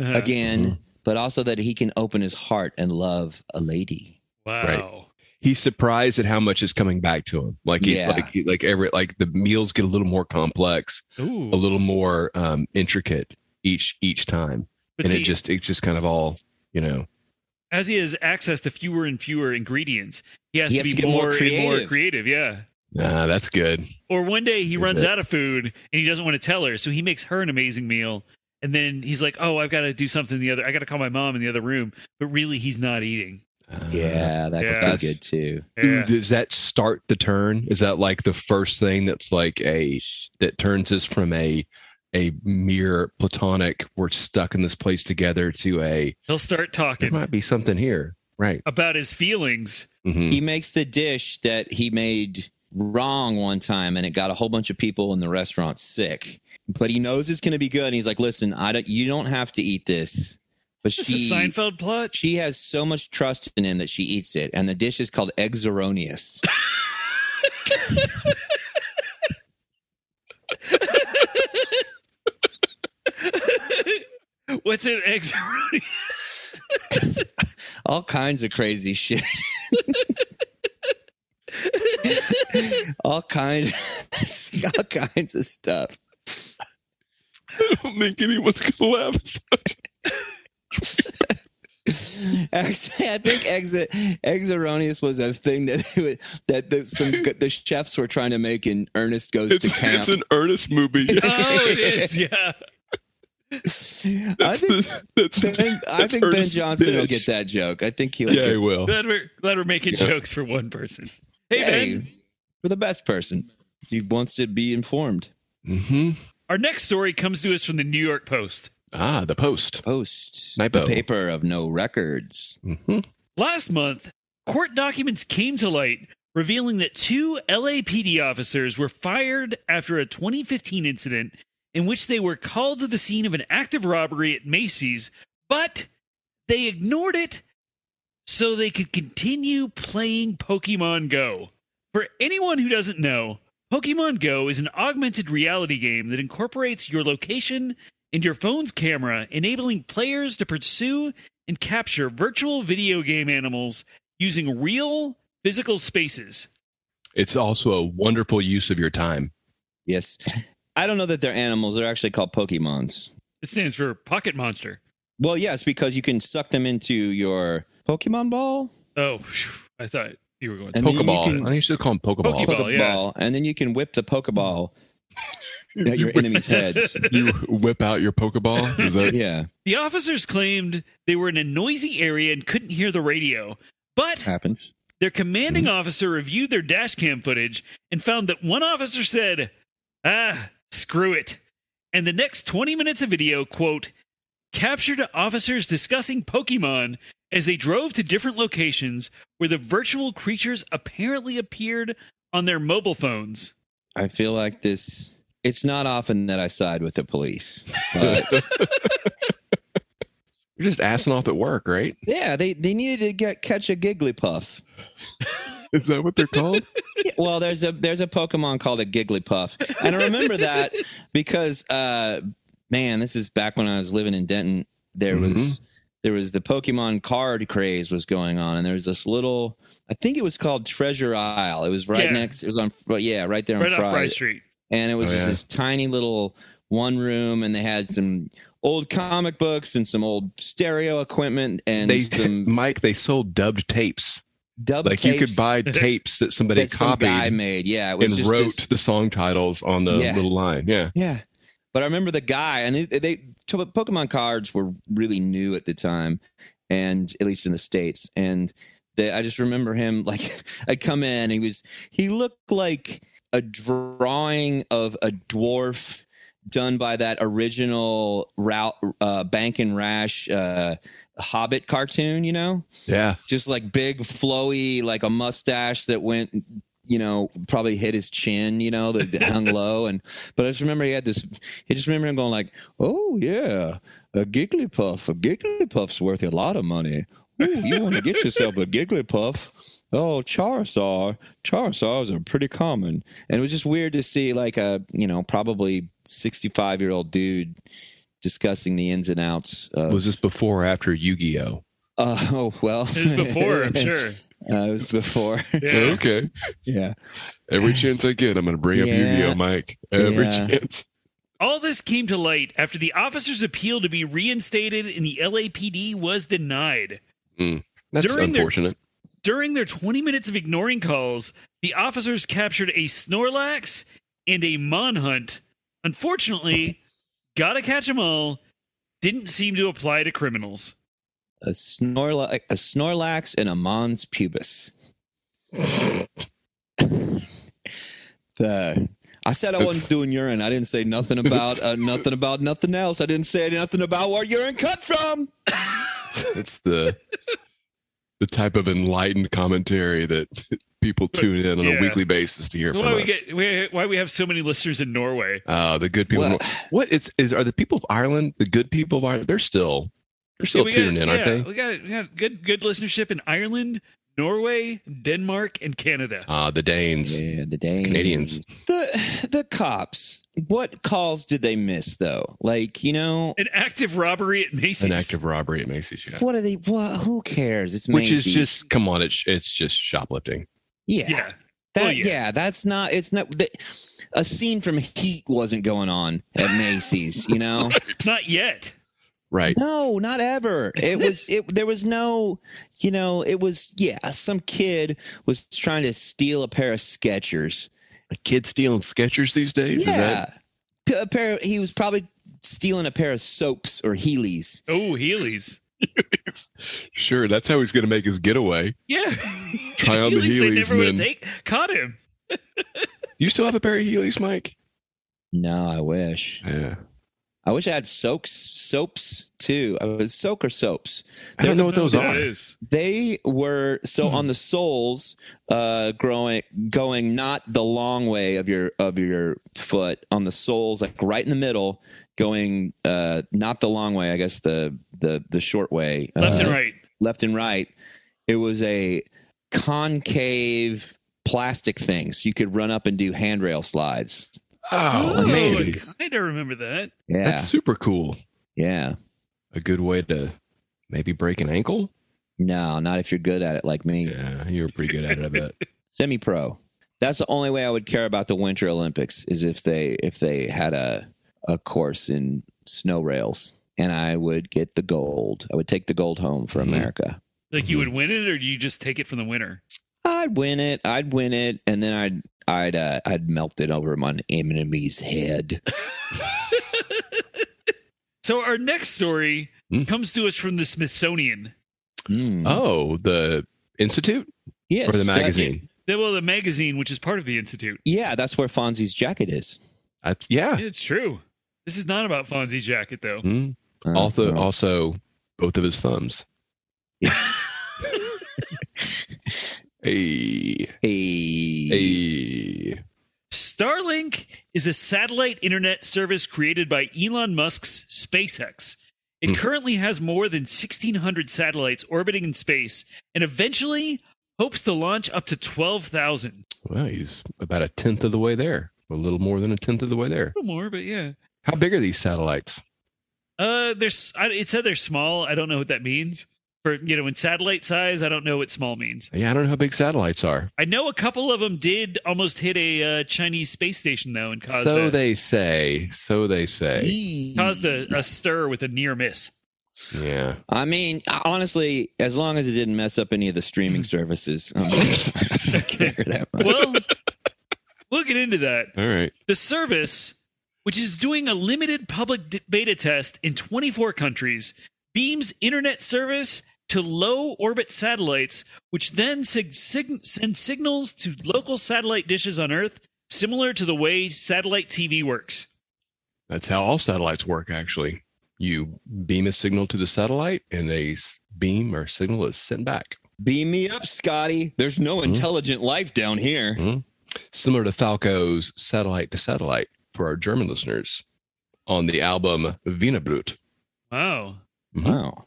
Speaker 1: Uh-huh.
Speaker 2: again, but also that he can open his heart and love a lady.
Speaker 1: Wow.
Speaker 3: He's surprised at how much is coming back to him. Like, he,
Speaker 2: Yeah.
Speaker 3: like, he, like every like the meals get a little more complex,
Speaker 1: Ooh.
Speaker 3: a little more um, intricate each each time,
Speaker 1: But
Speaker 3: and
Speaker 1: see-
Speaker 3: it just it's just kind of all you know.
Speaker 1: as he has access to fewer and fewer ingredients, he has
Speaker 2: He
Speaker 1: to
Speaker 2: has
Speaker 1: be
Speaker 2: to get more
Speaker 1: more, and more
Speaker 2: creative.
Speaker 1: creative. Yeah.
Speaker 3: Ah, that's good.
Speaker 1: Or one day he
Speaker 3: You
Speaker 1: runs
Speaker 3: bet.
Speaker 1: out of food and he doesn't want to tell her, so he makes her an amazing meal. And then he's like, "Oh, I've got to do something in the other. I got to call my mom in the other room." But really, he's not eating.
Speaker 3: Ah.
Speaker 2: Yeah, that could
Speaker 1: Yeah.
Speaker 2: be good too.
Speaker 3: Ooh,
Speaker 1: Yeah.
Speaker 3: does that start the turn? Is that like the first thing that's like a that turns us from a a mere platonic we're stuck in this place together to a
Speaker 1: He'll start
Speaker 3: there
Speaker 1: talking
Speaker 3: might be something here, right?
Speaker 1: about his feelings.
Speaker 3: hmm
Speaker 2: He makes the dish that he made wrong one time and it got a whole bunch of people in the restaurant sick. But he knows it's going to be good and he's like, "Listen, I don't you don't have to eat this." But
Speaker 1: This
Speaker 2: she
Speaker 1: is a Seinfeld plot.
Speaker 2: she has so much trust in him that she eats it and the dish is called exeronius.
Speaker 1: What's Oh, it? Eggs.
Speaker 2: All kinds of crazy shit. all kinds all kinds of stuff.
Speaker 3: I don't think anyone's gonna laugh.
Speaker 2: Actually, I think exit exeronious was a thing that they would- that the, some the chefs were trying to make in Ernest Goes to Camp.
Speaker 3: earnest movie.
Speaker 1: oh, it is. Yeah.
Speaker 2: I think
Speaker 3: that's,
Speaker 2: ben, I
Speaker 3: that's
Speaker 2: think Ben
Speaker 3: Ernest's
Speaker 2: Johnson will get
Speaker 3: dish.
Speaker 2: that joke. I think he'll.
Speaker 3: Yeah,
Speaker 2: get
Speaker 3: he will.
Speaker 1: Glad we're glad we're making
Speaker 3: Yeah.
Speaker 1: jokes for one person. Hey,
Speaker 2: Hey,
Speaker 1: Ben.
Speaker 2: we're the best person. He wants to be informed.
Speaker 3: hmm
Speaker 1: Our next story comes to us from the New York Post.
Speaker 3: Ah, the post.
Speaker 2: Post
Speaker 3: Nipo.
Speaker 2: the paper of no records.
Speaker 3: hmm
Speaker 1: Last month, court documents came to light revealing that two LAPD officers were fired after a 2015 incident in which they were called to the scene of an active robbery at Macy's, but they ignored it so they could continue playing Pokemon Go. For anyone who doesn't know, Pokemon Go is an augmented reality game that incorporates your location and your phone's camera, enabling players to pursue and capture virtual video game animals using real physical spaces.
Speaker 3: It's also a wonderful use of your time.
Speaker 2: Yes, I don't know that they're animals. They're actually called Pokemons.
Speaker 1: It stands for Pocket Monster.
Speaker 2: Well, yes, because you can suck them into your Pokemon ball.
Speaker 1: Oh, phew, I thought you were going
Speaker 2: I
Speaker 1: to.
Speaker 2: mean, you
Speaker 3: Pokeball.
Speaker 2: can-
Speaker 3: I think you should call them Pokeballs.
Speaker 1: Pokeball. yeah.
Speaker 2: Pokeball, and then you can whip the Pokeball at your enemies' heads.
Speaker 3: You whip out your Pokeball. Is that
Speaker 2: Yeah,
Speaker 1: The officers claimed they were in a noisy area and couldn't hear the radio, but
Speaker 2: happens.
Speaker 1: their commanding
Speaker 2: Mm-hmm.
Speaker 1: officer reviewed their dash cam footage and found that one officer said, ah, screw it. And the next 20 minutes of video, quote, captured officers discussing Pokemon as they drove to different locations where the virtual creatures apparently appeared on their mobile phones.
Speaker 2: I feel like this. It's not often that I side with the police, but
Speaker 3: You're just assing off at work, right?
Speaker 2: Yeah, they, they needed to get catch a Gigglypuff.
Speaker 3: Is that what they're called?
Speaker 2: Yeah, well, there's a there's a Pokemon called a Gigglypuff, and I remember that because uh, man, this is back when I was living in Denton. There was there was the Pokemon card craze was going on, and there was this little I think it was called Treasure Isle. It was right
Speaker 1: Yeah.
Speaker 2: next. It was on well, yeah, right there on
Speaker 1: right
Speaker 2: Friday,
Speaker 1: off Fry Street.
Speaker 2: and it was
Speaker 3: Oh,
Speaker 2: just
Speaker 3: yeah.
Speaker 2: this tiny little one room, and they had some old comic books and some old stereo equipment and
Speaker 3: they
Speaker 2: some
Speaker 3: Mike, they sold dubbed tapes.
Speaker 2: dub
Speaker 3: like you could
Speaker 2: tapes
Speaker 3: buy tapes that somebody
Speaker 2: that some
Speaker 3: copied
Speaker 2: guy made. Yeah, it was
Speaker 3: and
Speaker 2: just
Speaker 3: wrote
Speaker 2: this-
Speaker 3: the song titles on the
Speaker 2: Yeah.
Speaker 3: little line. Yeah.
Speaker 2: Yeah. But I remember the guy, and they, they to- Pokemon cards were really new at the time, and at least in the states. And they, I just remember him like I come in, he was he looked like a drawing of a dwarf done by that original route uh, Bank and Rash uh, Hobbit cartoon, you know
Speaker 3: Yeah.
Speaker 2: just like big flowy like a mustache that went you know probably hit his chin you know that hung low and but i just remember he had this he just remember him going like oh yeah a gigglypuff a gigglypuff's worth a lot of money Ooh, you want to get yourself a gigglypuff oh charizard charizards are pretty common and it was just weird to see like a you know probably 65 year old dude discussing the ins and outs of,
Speaker 3: Was this before or after Yu Gi Oh?
Speaker 2: uh, oh well
Speaker 1: It was before, I'm sure.
Speaker 2: uh, it was before.
Speaker 1: Yeah.
Speaker 3: Okay.
Speaker 2: yeah.
Speaker 3: Every chance I get, I'm going to bring up
Speaker 2: Yeah.
Speaker 3: Yu Gi Oh, Mike. Every
Speaker 2: Yeah.
Speaker 3: chance.
Speaker 1: All this came to light after the officer's appeal to be reinstated in the LAPD was denied.
Speaker 3: That's
Speaker 1: During their-
Speaker 3: unfortunate.
Speaker 1: During their 20 minutes of ignoring calls, the officers captured a Snorlax and a Monhunt. Unfortunately, gotta catch 'em all didn't seem to apply to criminals.
Speaker 2: A Snorlax, a Snorlax, and a Mons pubis. the, I said I wasn't doing urine. I didn't say nothing about uh, nothing about nothing else. I didn't say nothing about where urine cut from.
Speaker 3: That's the the type of enlightened commentary that people tune in on
Speaker 1: Yeah.
Speaker 3: a weekly basis to hear from
Speaker 1: Why we
Speaker 3: us.
Speaker 1: get why- why we have so many listeners in Norway?
Speaker 3: Uh, the good people.
Speaker 2: Well-
Speaker 3: what is, is are the people of Ireland? The good people of Ireland. They're still they're still
Speaker 1: we got-
Speaker 3: tuned in, aren't
Speaker 1: yeah,
Speaker 3: they?
Speaker 1: We got, we got good good listenership in Ireland, Norway, Denmark, and Canada.
Speaker 3: Uh, the Danes.
Speaker 2: Yeah, the Danes.
Speaker 3: Canadians.
Speaker 2: The the cops. What calls did they miss though? Like you know,
Speaker 1: An active robbery at Macy's.
Speaker 3: An act of robbery at Macy's. Yeah.
Speaker 2: what are they? What? Who cares? It's
Speaker 3: Which is
Speaker 2: Macy's.
Speaker 3: just come on. It's it's just shoplifting.
Speaker 2: yeah.
Speaker 1: yeah.
Speaker 2: That
Speaker 1: Well,
Speaker 2: yeah.
Speaker 1: yeah.
Speaker 2: that's not. It's not. The, a scene from Heat wasn't going on at Macy's. You know,
Speaker 1: Not yet.
Speaker 3: Right.
Speaker 2: no, not ever. It was. It there was no. You know, it was. Yeah, some kid was trying to steal a pair of Skechers.
Speaker 3: Kids stealing Skechers these days. Is
Speaker 2: Yeah,
Speaker 3: that
Speaker 2: P- a pair. He was probably stealing a pair of soaps or Heelys.
Speaker 1: Oh, Heelys.
Speaker 3: sure? That's how he's going to make his getaway.
Speaker 1: Yeah.
Speaker 3: Try on the
Speaker 1: They
Speaker 3: Heelys
Speaker 1: never
Speaker 3: and
Speaker 1: would
Speaker 3: then-
Speaker 1: take. Caught him.
Speaker 3: You still have a pair of Heelys, Mike?
Speaker 2: No, I wish.
Speaker 3: Yeah.
Speaker 2: I wish I had soaks, soaps too. I was soak or soaps.
Speaker 3: I don't know what those
Speaker 1: That
Speaker 3: are.
Speaker 1: is.
Speaker 2: they were so
Speaker 1: Hmm.
Speaker 2: on the soles uh growing going not the long way of your of your foot on the soles like right in the middle going uh not the long way i guess the the the short way
Speaker 1: Left
Speaker 2: uh,
Speaker 1: and right.
Speaker 2: left and right it was a concave plastic thing so you could run up and do handrail slides
Speaker 3: Oh,
Speaker 1: Ooh,
Speaker 3: man,
Speaker 1: I kind of remember that.
Speaker 2: yeah
Speaker 3: that's super cool.
Speaker 2: yeah
Speaker 3: A good way to maybe break an ankle.
Speaker 2: no not if you're good at it like me
Speaker 3: Yeah, you were pretty good at it. I bet.
Speaker 2: semi pro. That's the only way I would care about the Winter Olympics is if they if they had a a course in snow rails and I would get the gold. I would take the gold home for
Speaker 3: Mhm.
Speaker 2: America.
Speaker 1: Like you would win it, or do you just take it from the winner?
Speaker 2: I'd win it. I'd win it, and then I'd I'd uh, I'd melt it over my enemy's head.
Speaker 1: So our next story
Speaker 3: Hmm.
Speaker 1: comes to us from the Smithsonian.
Speaker 2: Mm.
Speaker 3: Oh, the institute
Speaker 2: yes,
Speaker 3: or the
Speaker 2: that-
Speaker 3: magazine?
Speaker 1: They- Well, the magazine, which is part of the institute.
Speaker 2: yeah, that's where Fonzie's jacket is.
Speaker 3: I, yeah.
Speaker 1: It's true. This is not about Fonzie Jacket, though.
Speaker 3: Mm.
Speaker 2: Uh,
Speaker 3: Also,
Speaker 2: well,
Speaker 3: also, both of his thumbs. hey,
Speaker 2: hey,
Speaker 3: hey.
Speaker 1: Starlink is a satellite internet service created by Elon Musk's SpaceX. It
Speaker 3: Hmm.
Speaker 1: currently has more than 1,600 satellites orbiting in space and eventually hopes to launch up to 12,000.
Speaker 3: Well, he's about a tenth of the way there, a little more than a tenth of the way there.
Speaker 1: A little more, but yeah.
Speaker 3: How big are these satellites?
Speaker 1: Uh, there's. I, it said they're small. I don't know what that means. For you know, in satellite size, I don't know what small means.
Speaker 3: Yeah, I don't know how big satellites are.
Speaker 1: I know a couple of them did almost hit a uh, Chinese space station though, and caused
Speaker 3: so
Speaker 1: a,
Speaker 3: they say. So they say.
Speaker 1: caused a, a stir with a near miss.
Speaker 3: Yeah.
Speaker 2: I mean, honestly, as long as it didn't mess up any of the streaming services, I'm I don't care that much.
Speaker 1: Well, we'll get into that.
Speaker 3: All right.
Speaker 1: The service, which is doing a limited public d- beta test in 24 countries, beams internet service to low orbit satellites, which then sig- sig- send signals to local satellite dishes on Earth, similar to the way satellite TV works.
Speaker 3: That's how all satellites work, actually. You beam a signal to the satellite, and a s- beam or signal is sent back.
Speaker 2: Beam me up, Scotty. There's no intelligent life down here.
Speaker 3: Similar to Falco's satellite to satellite for our German listeners on the album Wienerbrut.
Speaker 1: Wow.
Speaker 3: Mhm.
Speaker 2: Wow.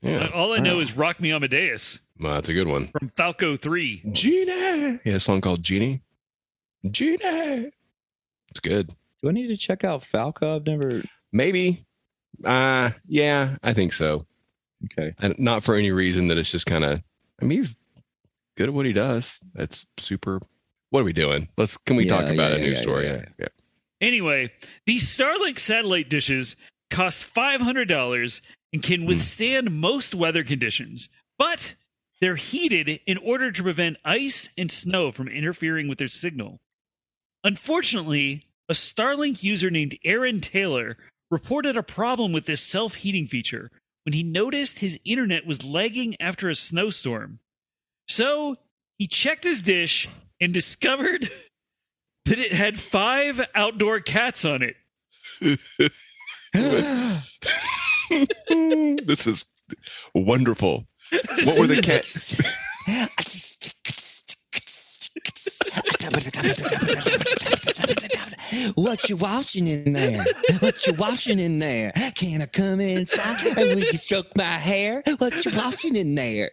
Speaker 3: Yeah.
Speaker 1: All I know
Speaker 2: Wow.
Speaker 1: is Rock Me Amadeus
Speaker 3: Well, that's a good one.
Speaker 1: from Falco 3.
Speaker 3: Genie. Yeah, a song called Genie. Genie. It's good.
Speaker 2: Do I need to check out Falco? I've never.
Speaker 3: Maybe. Uh yeah, I think so.
Speaker 2: Okay.
Speaker 3: And not for any reason that it's just kind of I mean he's good at what he does. That's super what are we doing? Let's can we
Speaker 2: Yeah,
Speaker 3: talk about
Speaker 2: yeah,
Speaker 3: a news
Speaker 2: yeah,
Speaker 3: story?
Speaker 2: yeah,
Speaker 3: Yeah, yeah.
Speaker 1: Anyway, these Starlink satellite dishes cost $500 and can withstand most weather conditions, but they're heated in order to prevent ice and snow from interfering with their signal. Unfortunately, a Starlink user named Aaron Taylor reported a problem with this self heating feature when he noticed his internet was lagging after a snowstorm. So he checked his dish and discovered that it had five outdoor cats on it.
Speaker 3: this is wonderful. What were the cats?
Speaker 2: What you washing in there? What you washing in there? Can I come inside? And will you stroke my hair? What you washing in there?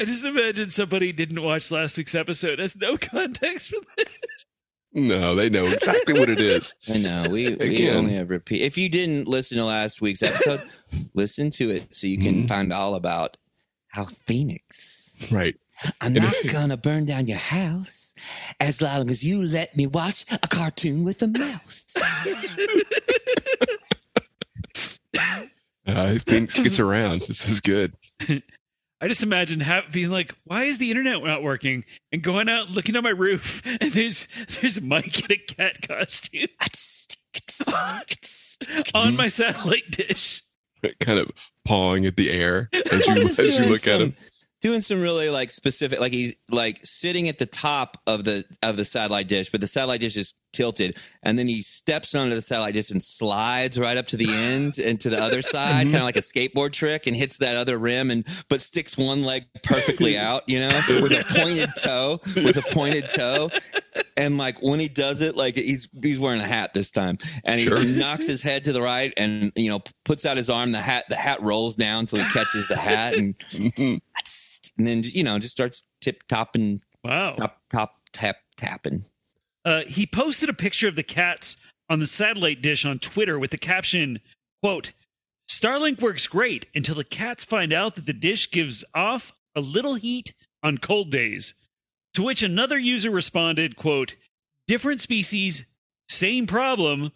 Speaker 1: I just imagine somebody didn't watch last week's episode. Has no context for that.
Speaker 3: No, they know exactly what it is.
Speaker 2: I know we, we
Speaker 3: Again.
Speaker 2: only have repeat. If you didn't listen to last week's episode, listen to it so you can
Speaker 3: Mhm.
Speaker 2: find all about how Phoenix
Speaker 3: Right.
Speaker 2: I'm
Speaker 3: And-
Speaker 2: not gonna burn down your house as long as you let me watch a cartoon with a mouse.
Speaker 3: Uh, things gets around. This is good.
Speaker 1: I just imagine ha- being like, "Why is the internet not working?" and going out looking on my roof, and there's there's Mike in a cat costume on my satellite dish.
Speaker 3: Kind of pawing at the air as you
Speaker 2: I'm just
Speaker 3: as you
Speaker 2: doing
Speaker 3: look at
Speaker 2: some-
Speaker 3: him.
Speaker 2: Doing some really like specific, like he's like sitting at the top of the of the satellite dish, but the satellite dish is tilted, and then he steps onto the satellite dish and slides right up to the end and to the other side,
Speaker 3: Mm-hmm.
Speaker 2: kind of like a skateboard trick, and hits that other rim, and but sticks one leg perfectly out, you know, with a pointed toe, with a pointed toe, and like when he does it, like he's he's wearing a hat this time, and he
Speaker 3: Sure.
Speaker 2: knocks his head to the right, and you know puts out his arm, the hat the hat rolls down till he catches the hat, and
Speaker 3: Mhm.
Speaker 2: and then you know just starts tip topping
Speaker 1: Wow.
Speaker 2: top top tap tapping
Speaker 1: Uh, he posted a picture of the cats on the satellite dish on Twitter with the caption, quote, Starlink works great until the cats find out that the dish gives off a little heat on cold days. To which another user responded, quote, different species, same problem,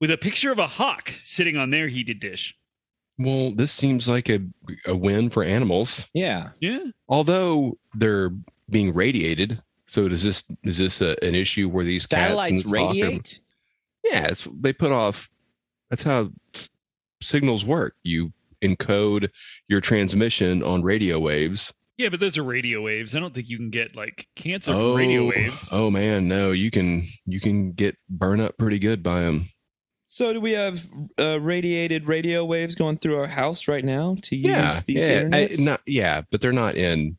Speaker 1: with a picture of a hawk sitting on their heated dish.
Speaker 3: Well, this seems like a a win for animals,
Speaker 2: yeah
Speaker 1: Yeah.
Speaker 3: although they're being radiated. So does this is this a, an issue where these cats and
Speaker 2: satellites
Speaker 3: this hawk are-
Speaker 2: radiate
Speaker 3: yeah, it's, they put off. That's how signals work. You encode your transmission on radio waves.
Speaker 1: Yeah, but those are radio waves. I don't think you can get like cancer from radio waves.
Speaker 3: oh man, no, you can you can get burn up pretty good by them.
Speaker 2: so do we have uh, radiated radio waves going through our house right now to use
Speaker 3: yeah,
Speaker 2: these
Speaker 3: yeah, I-
Speaker 2: internets?
Speaker 3: not yeah, but they're not in.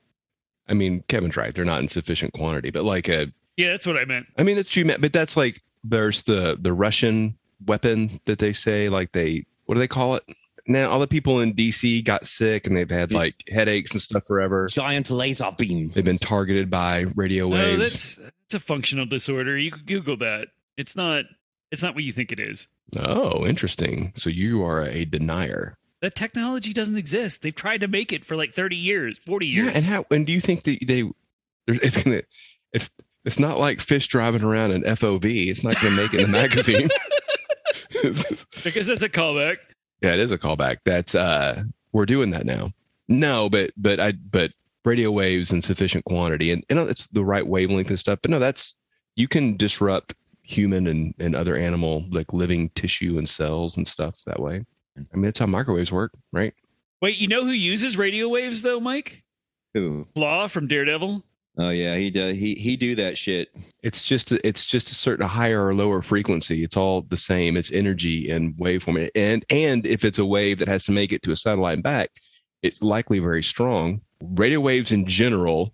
Speaker 3: I mean, Kevin's right; they're not in sufficient quantity. But like a,
Speaker 1: Yeah, that's what I meant.
Speaker 3: I mean, that's what you meant, but that's like there's the the Russian weapon that they say like they what do they call it? Now all the people in DC got sick and they've had like headaches and stuff forever.
Speaker 2: Giant laser beam.
Speaker 3: They've been targeted by radio
Speaker 1: No,
Speaker 3: waves.
Speaker 1: Oh, that's that's a functional disorder. You could Google that. It's not it's not what you think it is.
Speaker 3: oh, interesting. So you are a denier.
Speaker 1: That technology doesn't exist. They've tried to make it for like 30 years, 40 years.
Speaker 3: Yeah, and how and do you think that they there's it's gonna it's it's not like fish driving around an FOV. It's not gonna make it in the magazine.
Speaker 1: because that's a callback.
Speaker 3: yeah, it is a callback. That's uh we're doing that now. No, but but I but radio waves in sufficient quantity and, and it's the right wavelength and stuff, but no, that's you can disrupt human and, and other animal like living tissue and cells and stuff that way. I mean that's how microwaves work, right?
Speaker 1: Wait, you know who uses radio waves though, Mike?
Speaker 2: Ooh.
Speaker 1: Flaw from Daredevil.
Speaker 2: Oh yeah, he does. He he do that shit.
Speaker 3: It's just a, it's just a certain higher or lower frequency. It's all the same. It's energy and waveform. And and if it's a wave that has to make it to a satellite and back, it's likely very strong. Radio waves in general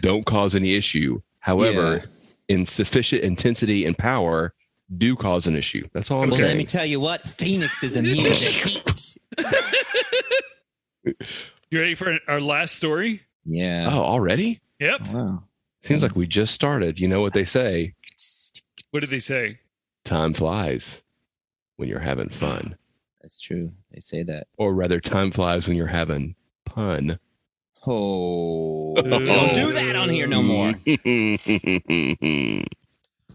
Speaker 3: don't cause any issue. However, in sufficient intensity and power do cause an issue. That's all I'm
Speaker 2: Well,
Speaker 3: saying.
Speaker 2: let me tell you what. Phoenix is immune to heat.
Speaker 1: You ready for our last story?
Speaker 2: Yeah.
Speaker 3: oh, already?
Speaker 1: Yep.
Speaker 2: Wow.
Speaker 3: Seems like we just started. You know what they say?
Speaker 1: What did they say?
Speaker 3: Time flies when you're having fun,
Speaker 2: That's true. They say that.
Speaker 3: or rather, time flies when you're having pun.
Speaker 2: Oh.
Speaker 3: Don't
Speaker 2: do that on here no more.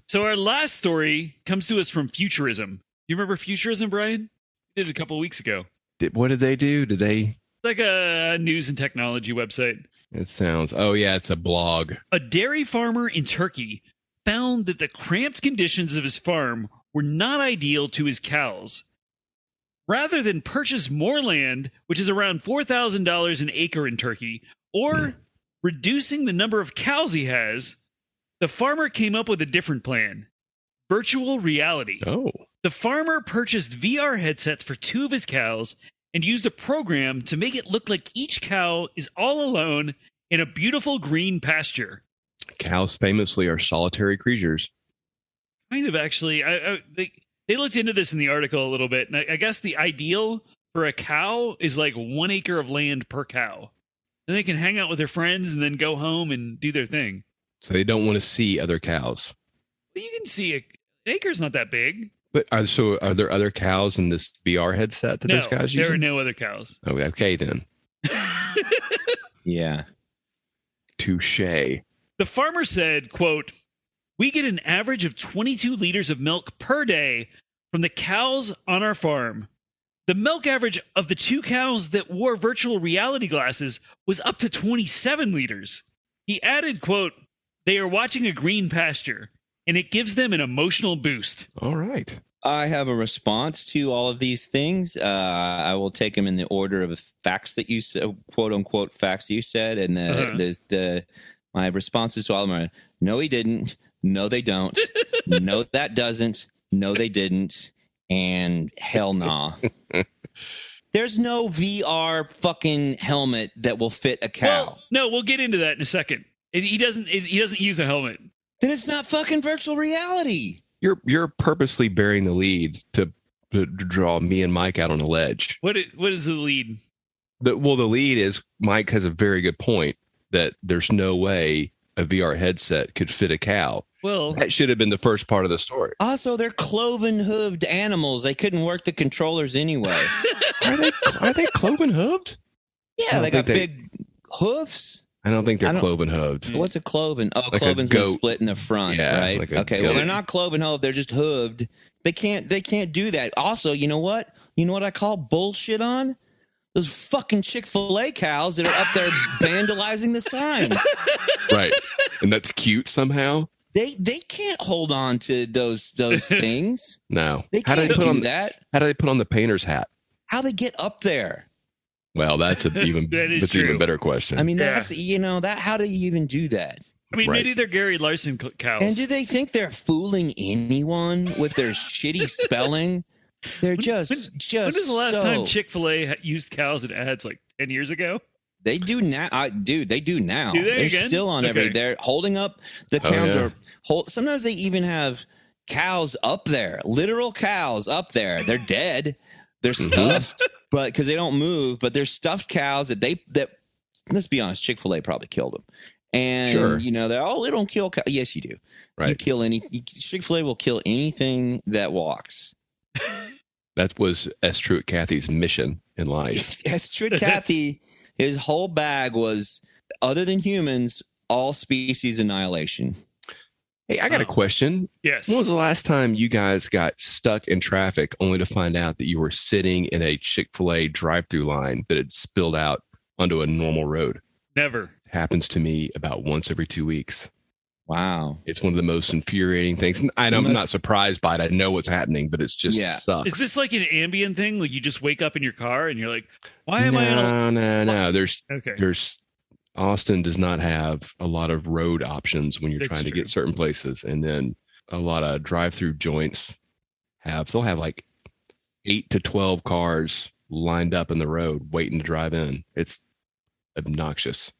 Speaker 1: So our last story comes to us from Futurism. You remember Futurism, Brian? We did it a couple weeks ago.
Speaker 3: Did, what did they do? Did they?
Speaker 1: It's like a news and technology website.
Speaker 3: It sounds. Oh yeah, it's a blog.
Speaker 1: A dairy farmer in Turkey found that the cramped conditions of his farm were not ideal to his cows. Rather than purchase more land, which is around $4,000 an acre in Turkey, or reducing the number of cows he has, the farmer came up with a different plan virtual reality.
Speaker 3: Oh,
Speaker 1: The farmer purchased VR headsets for two of his cows and used a program to make it look like each cow is all alone in a beautiful green pasture.
Speaker 3: cows famously are solitary creatures.
Speaker 1: Kind of actually, I, I, they they looked into this in the article a little bit, and I, I guess the ideal for a cow is like one acre of land per cow. Then they can hang out with their friends and then go home and do their thing.
Speaker 3: So they don't want to see other cows.
Speaker 1: But you can see a, an acre's not that big.
Speaker 3: But are, so are there other cows in this VR headset that
Speaker 1: no,
Speaker 3: this guy's
Speaker 1: there are
Speaker 3: using?
Speaker 1: no other cows.
Speaker 3: Oh, okay then.
Speaker 2: Yeah.
Speaker 3: Touche.
Speaker 1: The farmer said, quote, We get an average of 22 liters of milk per day from the cows on our farm. The milk average of the two cows that wore virtual reality glasses was up to 27 liters. He added, quote, They are watching a green pasture, and it gives them an emotional boost.
Speaker 3: All right.
Speaker 2: I have a response to all of these things. Uh, I will take them in the order of facts that you said, quote unquote facts you said, and the,
Speaker 1: Uh-huh.
Speaker 2: the the my responses to all of them are no, he didn't. No, they don't. no, that doesn't. No, they didn't. And hell nah. There's no VR fucking helmet that will fit a cow.
Speaker 1: Well, no, we'll get into that in a second. It, he doesn't. It, he doesn't use a helmet.
Speaker 2: then it's not fucking virtual reality.
Speaker 3: You're you're purposely burying the lead to, to draw me and Mike out on a ledge.
Speaker 1: What? i- What is the lead?
Speaker 3: The, well, the lead is Mike has a very good point that there's no way a VR headset could fit a cow.
Speaker 1: Well,
Speaker 3: That should have been the first part of the story.
Speaker 2: Also, they're cloven hooved animals. They couldn't work the controllers anyway.
Speaker 3: Are they are they cloven hooved?
Speaker 2: Yeah,
Speaker 3: I
Speaker 2: they got
Speaker 3: don't think they-
Speaker 2: big hoofs.
Speaker 3: I don't think
Speaker 2: I
Speaker 3: they're
Speaker 2: don't-
Speaker 3: cloven hooved.
Speaker 1: Mm.
Speaker 2: What's a cloven? Oh,
Speaker 3: a
Speaker 2: cloven's been
Speaker 3: goat.
Speaker 2: split in the front,
Speaker 3: Yeah,
Speaker 2: right?
Speaker 3: like a
Speaker 2: okay, well
Speaker 3: goat.
Speaker 2: they're not cloven hoofed, they're just hooved. They can't they can't do that. Also, you know what? You know what I call bullshit on? Those fucking Chick-fil-A cows that are up there vandalizing the signs.
Speaker 3: right. And that's cute somehow.
Speaker 2: They they can't hold on to those those things.
Speaker 3: No.
Speaker 2: They
Speaker 3: How do
Speaker 2: can't
Speaker 3: they put
Speaker 2: do
Speaker 3: on
Speaker 2: that.
Speaker 3: how do they put on the painter's hat?
Speaker 2: How they get up there?
Speaker 3: Well, that's an even
Speaker 1: That is
Speaker 3: that's an
Speaker 1: true.
Speaker 3: even better question.
Speaker 2: I mean,
Speaker 1: Yeah.
Speaker 2: that's you know that. How do you even do that?
Speaker 1: I mean,
Speaker 3: Right.
Speaker 1: maybe they're Gary Larson cl- cows.
Speaker 2: And do they think they're fooling anyone with their shitty spelling? They're just
Speaker 1: When
Speaker 2: just
Speaker 1: was the last
Speaker 2: so,
Speaker 1: time Chick Fil A used cows in ads? Like ten years ago.
Speaker 2: they do now. I, dude, they do now.
Speaker 1: Do they
Speaker 2: are
Speaker 1: again?
Speaker 2: still on every.
Speaker 1: Okay.
Speaker 2: They're holding up the
Speaker 3: Oh,
Speaker 2: counts
Speaker 3: yeah.
Speaker 2: are. Hold, sometimes they even have cows up there, literal cows up there. They're dead. They're
Speaker 3: Mhm.
Speaker 2: stuffed, but because they don't move, but they're stuffed cows that they that. Let's be honest, Chick Fil A probably killed them, and
Speaker 3: Sure.
Speaker 2: you know they're oh they don't kill cows. Yes, you do. You
Speaker 3: Right.
Speaker 2: kill any Chick Fil A will kill anything that walks.
Speaker 3: That was as true at Kathy's mission in life.
Speaker 2: That's true. Kathy, his whole bag was other than humans, all species annihilation.
Speaker 3: Hey, I got a
Speaker 1: Oh.
Speaker 3: question.
Speaker 1: Yes.
Speaker 3: When was the last time you guys got stuck in traffic only to find out that you were sitting in a Chick fil A drive through line that had spilled out onto a normal road?
Speaker 1: Never.
Speaker 3: It happens to me about once every two weeks.
Speaker 2: Wow.
Speaker 3: It's one of the most infuriating things. And I know, I'm
Speaker 2: Unless-
Speaker 3: not surprised by it. I know what's happening, but it's just
Speaker 2: Yeah.
Speaker 3: sucks.
Speaker 1: Is this like an ambient thing? Like you just wake up in your car and you're like, why am
Speaker 3: no,
Speaker 1: I on
Speaker 3: no, no. There's,
Speaker 1: a Okay.
Speaker 3: there's, Austin does not have a lot of road options when you're
Speaker 1: That's
Speaker 3: trying to
Speaker 1: true.
Speaker 3: get certain places. And then a lot of drive through joints have, they'll have like eight to 12 cars lined up in the road waiting to drive in. It's obnoxious.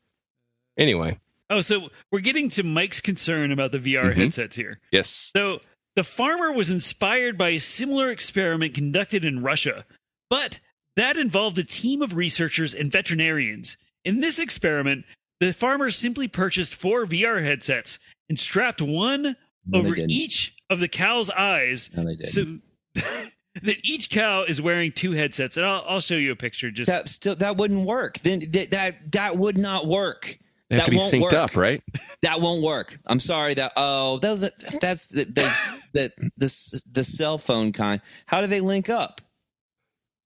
Speaker 3: Anyway,
Speaker 1: Oh, so we're getting to Mike's concern about the VR
Speaker 3: Mhm.
Speaker 1: headsets here.
Speaker 3: yes.
Speaker 1: So the farmer was inspired by a similar experiment conducted in Russia, but that involved a team of researchers and veterinarians. In this experiment, the farmer simply purchased four VR headsets and strapped one
Speaker 2: No, they
Speaker 1: over
Speaker 2: didn't.
Speaker 1: each of the cow's eyes
Speaker 2: No, they did. So,
Speaker 1: so that each cow is wearing two headsets. And I'll, I'll show you a picture just
Speaker 2: that still that wouldn't work. Then th- that that would not work.
Speaker 3: They
Speaker 2: That
Speaker 3: have to be
Speaker 2: won't
Speaker 3: synced
Speaker 2: work.
Speaker 3: up, right?
Speaker 2: That won't work. I'm sorry. That oh, that was a, that's the the, the the the cell phone kind. How do they link up?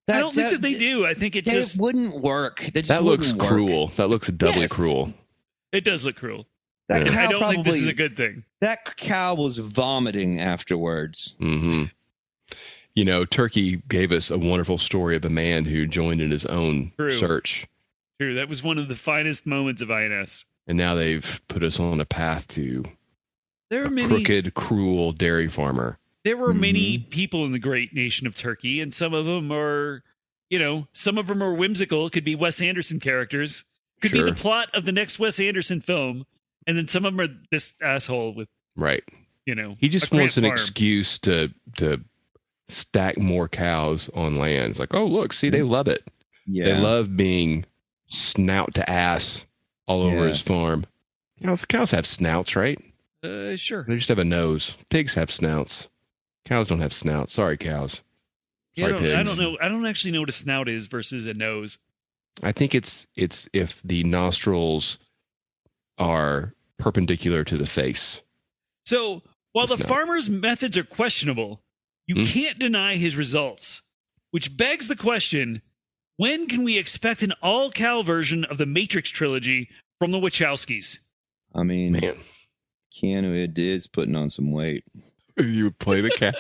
Speaker 1: I don't think that they do. I think it
Speaker 2: That
Speaker 1: just
Speaker 2: wouldn't work. That, just
Speaker 3: That looks
Speaker 2: wouldn't work.
Speaker 3: cruel. That looks doubly
Speaker 2: Yes.
Speaker 3: cruel.
Speaker 1: it does look cruel.
Speaker 2: That
Speaker 3: Yeah.
Speaker 2: cow
Speaker 1: I don't
Speaker 2: probably
Speaker 1: think this is a good thing.
Speaker 2: that cow was vomiting afterwards.
Speaker 3: hmm You know, Turkey gave us a wonderful story of a man who joined in his own
Speaker 1: True.
Speaker 3: search,
Speaker 1: True. That was one of the finest moments of INS.
Speaker 3: and now they've put us on a path to
Speaker 1: There
Speaker 3: a
Speaker 1: are many
Speaker 3: crooked, Mm-hmm. cruel dairy farmer.
Speaker 1: there were many people in the great nation of Turkey, and some of them are, you know, some of them are whimsical. Could be Wes Anderson characters. Could
Speaker 3: Sure.
Speaker 1: be the plot of the next Wes Anderson film, and then some of them are this asshole with
Speaker 3: Right.
Speaker 1: you know.
Speaker 3: He just
Speaker 1: a
Speaker 3: wants an
Speaker 1: Grant farm.
Speaker 3: excuse to to stack more cows on land. It's like, oh look, see, they love it.
Speaker 2: Yeah.
Speaker 3: They love being snout to ass all over
Speaker 2: Yeah.
Speaker 3: his farm. Cows, cows have snouts, right?
Speaker 1: Uh, sure.
Speaker 3: They just have a nose. Pigs have snouts. Cows don't have snouts. Sorry, cows.
Speaker 1: Yeah, I,
Speaker 3: Sorry,
Speaker 1: don't, I
Speaker 3: pigs.
Speaker 1: don't know. I don't actually know what a snout is versus a nose.
Speaker 3: I think it's it's if the nostrils are perpendicular to the face.
Speaker 1: So while
Speaker 3: It's
Speaker 1: the
Speaker 3: not.
Speaker 1: farmer's methods are questionable, you
Speaker 3: Hmm.
Speaker 1: can't deny his results, which begs the question when can we expect an all cow version of the Matrix trilogy from the Wachowskis?
Speaker 2: I mean,
Speaker 3: Man,
Speaker 2: Keanu it is putting on some weight.
Speaker 3: you would play the cow.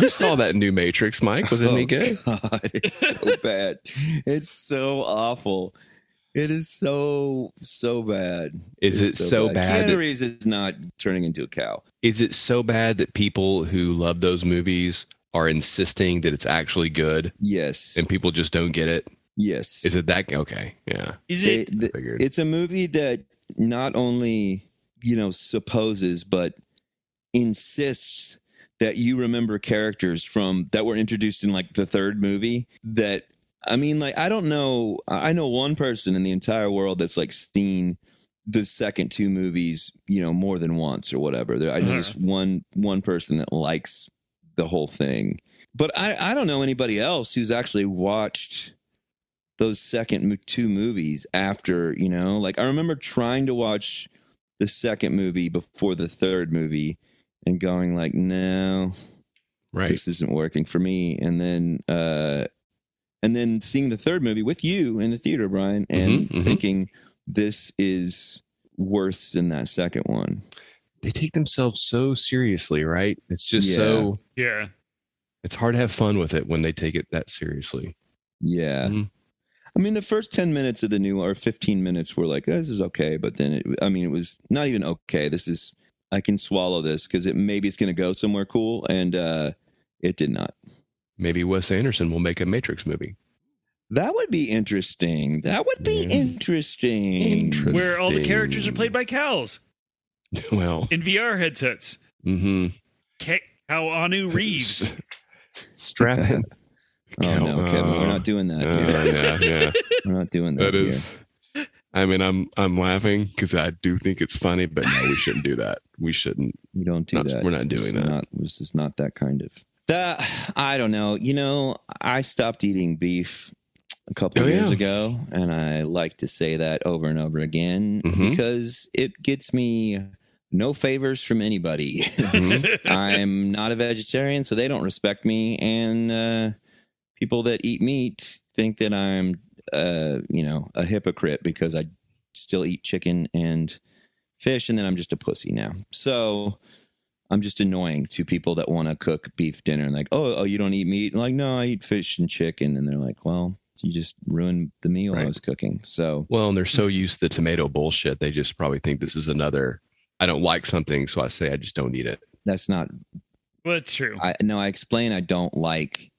Speaker 3: you saw that new Matrix, Mike? Was it any
Speaker 2: Oh,
Speaker 3: good?
Speaker 2: God, it's so bad. It's so awful. It is so so bad.
Speaker 3: Is
Speaker 2: It's
Speaker 3: it so bad
Speaker 2: Keanu
Speaker 3: that-
Speaker 2: Reeves is not turning into a cow.
Speaker 3: Is it so bad that people who love those movies are insisting that it's actually good,
Speaker 2: Yes.
Speaker 3: and people just don't get it?
Speaker 2: yes.
Speaker 3: Is it that okay? Yeah,
Speaker 1: Is
Speaker 2: They-
Speaker 1: it
Speaker 2: th-
Speaker 3: figured.
Speaker 2: it's a movie that not only you know supposes but insists that you remember characters from that were introduced in like the third movie that i mean like i don't know i know one person in the entire world that's like seen the second two movies you know more than once or whatever There- i know this one one person that likes the whole thing but i i don't know anybody else who's actually watched those second mo- two movies after you know like i remember trying to watch the second movie before the third movie and going like no
Speaker 3: right.
Speaker 2: this isn't working for me and then uh and then seeing the third movie with you in the theater brian and
Speaker 3: Mhm, mhm.
Speaker 2: thinking this is worse than that second one
Speaker 3: They take themselves so seriously, right? It's just so
Speaker 1: yeah.
Speaker 3: it's hard to have fun with it when they take it that seriously.
Speaker 2: yeah
Speaker 3: Mhm.
Speaker 2: i mean the first 10 minutes of the new or 15 minutes were like this is okay but then it, i mean it was not even okay this is i can swallow this because it maybe it's going to go somewhere cool and uh it did not
Speaker 3: Maybe Wes Anderson will make a Matrix movie.
Speaker 2: that would be interesting that would be
Speaker 3: Yeah.
Speaker 2: interesting
Speaker 3: Interest-
Speaker 1: Where all the
Speaker 3: Interesting.
Speaker 1: characters are played by cows
Speaker 3: Well,
Speaker 1: in VR headsets.
Speaker 3: Mm-hmm.
Speaker 1: Ke- Keanu Reeves.
Speaker 3: Strap in.
Speaker 2: Oh no, Kevin, we're
Speaker 3: Uh,
Speaker 2: not doing that. here.
Speaker 3: Uh, yeah, yeah.
Speaker 2: We're not doing that.
Speaker 3: That is. I mean, I'm I'm laughing because I do think it's funny, but no, we shouldn't do that. We shouldn't.
Speaker 2: You don't do
Speaker 3: Not-
Speaker 2: that.
Speaker 3: we're not
Speaker 2: This
Speaker 3: doing
Speaker 2: is
Speaker 3: that.
Speaker 2: Not, this is not that kind of. The, I don't know. You know, I stopped eating beef a couple
Speaker 3: Oh,
Speaker 2: years
Speaker 3: yeah.
Speaker 2: ago, and I like to say that over and over again
Speaker 3: Mhm.
Speaker 2: because it gets me no favors from anybody.
Speaker 3: Mhm.
Speaker 2: I'm not a vegetarian, so they don't respect me, and uh, people that eat meat think that I'm, uh, you know, a hypocrite because I still eat chicken and fish, and then I'm just a pussy now. So I'm just annoying to people that want to cook beef dinner and like, oh, oh, you don't eat meat? And like, no, I eat fish and chicken, and they're like, well, you just ruined the meal I
Speaker 3: Right.
Speaker 2: was cooking. So
Speaker 3: Well, and they're so used to the tomato bullshit, they just probably think this is another. I don't like something, so I say I just don't eat it.
Speaker 2: that's not
Speaker 1: well, it's true.
Speaker 2: I no, I explain I don't like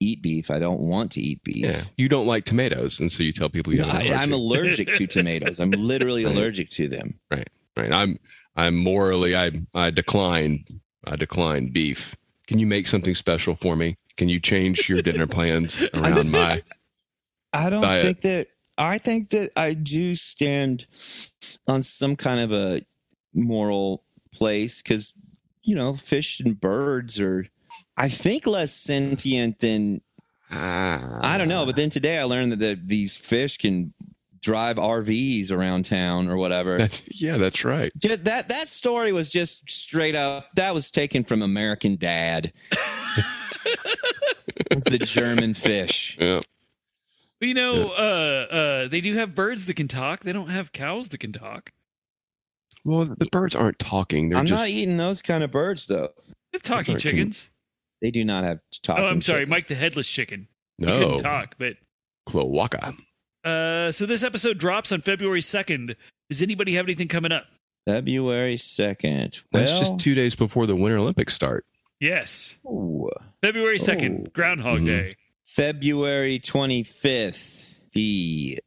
Speaker 2: eat beef. I don't want to eat beef.
Speaker 3: Yeah, you don't like tomatoes, and so you tell people you. Have an
Speaker 2: I, I'm
Speaker 3: allergy.
Speaker 2: allergic to tomatoes. I'm literally
Speaker 3: Right.
Speaker 2: allergic to them.
Speaker 3: right. I'm I'm morally I I decline I decline beef. Can you make something special for me? Can you change your dinner plans around my?
Speaker 2: I don't
Speaker 3: Diet.
Speaker 2: think that. I think that I do stand on some kind of a moral place because you know fish and birds are, I think, less sentient than I don't know. But then today I learned that the, these fish can drive RVs around town or whatever.
Speaker 3: That- yeah, that's right.
Speaker 2: Ju- that that story was just straight up. That was taken from American Dad. It's the German fish.
Speaker 3: Yeah.
Speaker 1: But, you know, uh, uh, they do have birds that can talk. They don't have cows that can talk.
Speaker 3: Well, the birds aren't talking. They're
Speaker 2: I'm
Speaker 3: just
Speaker 2: not eating those kind of birds, though.
Speaker 1: They have talking
Speaker 3: Bird can-
Speaker 1: chickens.
Speaker 2: They do not have talking.
Speaker 1: oh, I'm sorry,
Speaker 2: chickens.
Speaker 1: Mike the headless chicken. He
Speaker 3: no
Speaker 1: couldn't talk, but
Speaker 3: cloaca.
Speaker 1: uh, so this episode drops on February 2nd. Does anybody have anything coming up?
Speaker 2: February second.
Speaker 3: That's
Speaker 2: well,
Speaker 3: just two days before the Winter Olympics start.
Speaker 1: Yes.
Speaker 2: ooh,
Speaker 1: February 2nd,
Speaker 2: Oh.
Speaker 1: Groundhog
Speaker 3: Mhm.
Speaker 1: Day.
Speaker 2: February 25th. The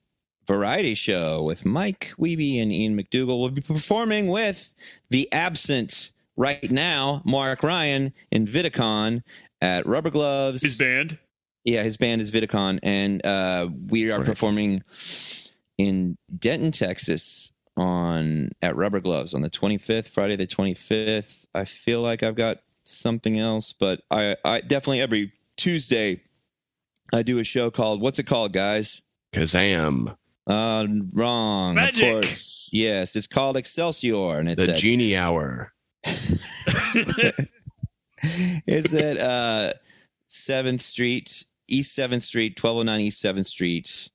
Speaker 2: variety show with Mike Wiebe and Ian McDougall will be performing with the absent right now Mark Ryan in Viticon at Rubber Gloves.
Speaker 1: His band.
Speaker 2: Yeah, his band is Viticon, and uh, we are
Speaker 3: Right.
Speaker 2: performing in Denton, Texas, on at Rubber Gloves on the 25th, Friday the 25th. I feel like I've got something else, but I, I definitely every Tuesday I do a show called what's it called, guys?
Speaker 3: Kazam,
Speaker 2: Uh, wrong,
Speaker 1: Magic.
Speaker 2: of course. Yes, it's called Excelsior, and it's
Speaker 3: the
Speaker 2: at,
Speaker 3: genie hour.
Speaker 2: it's at uh Seventh Street, East Seventh Street, twelve oh nine East Seventh Street.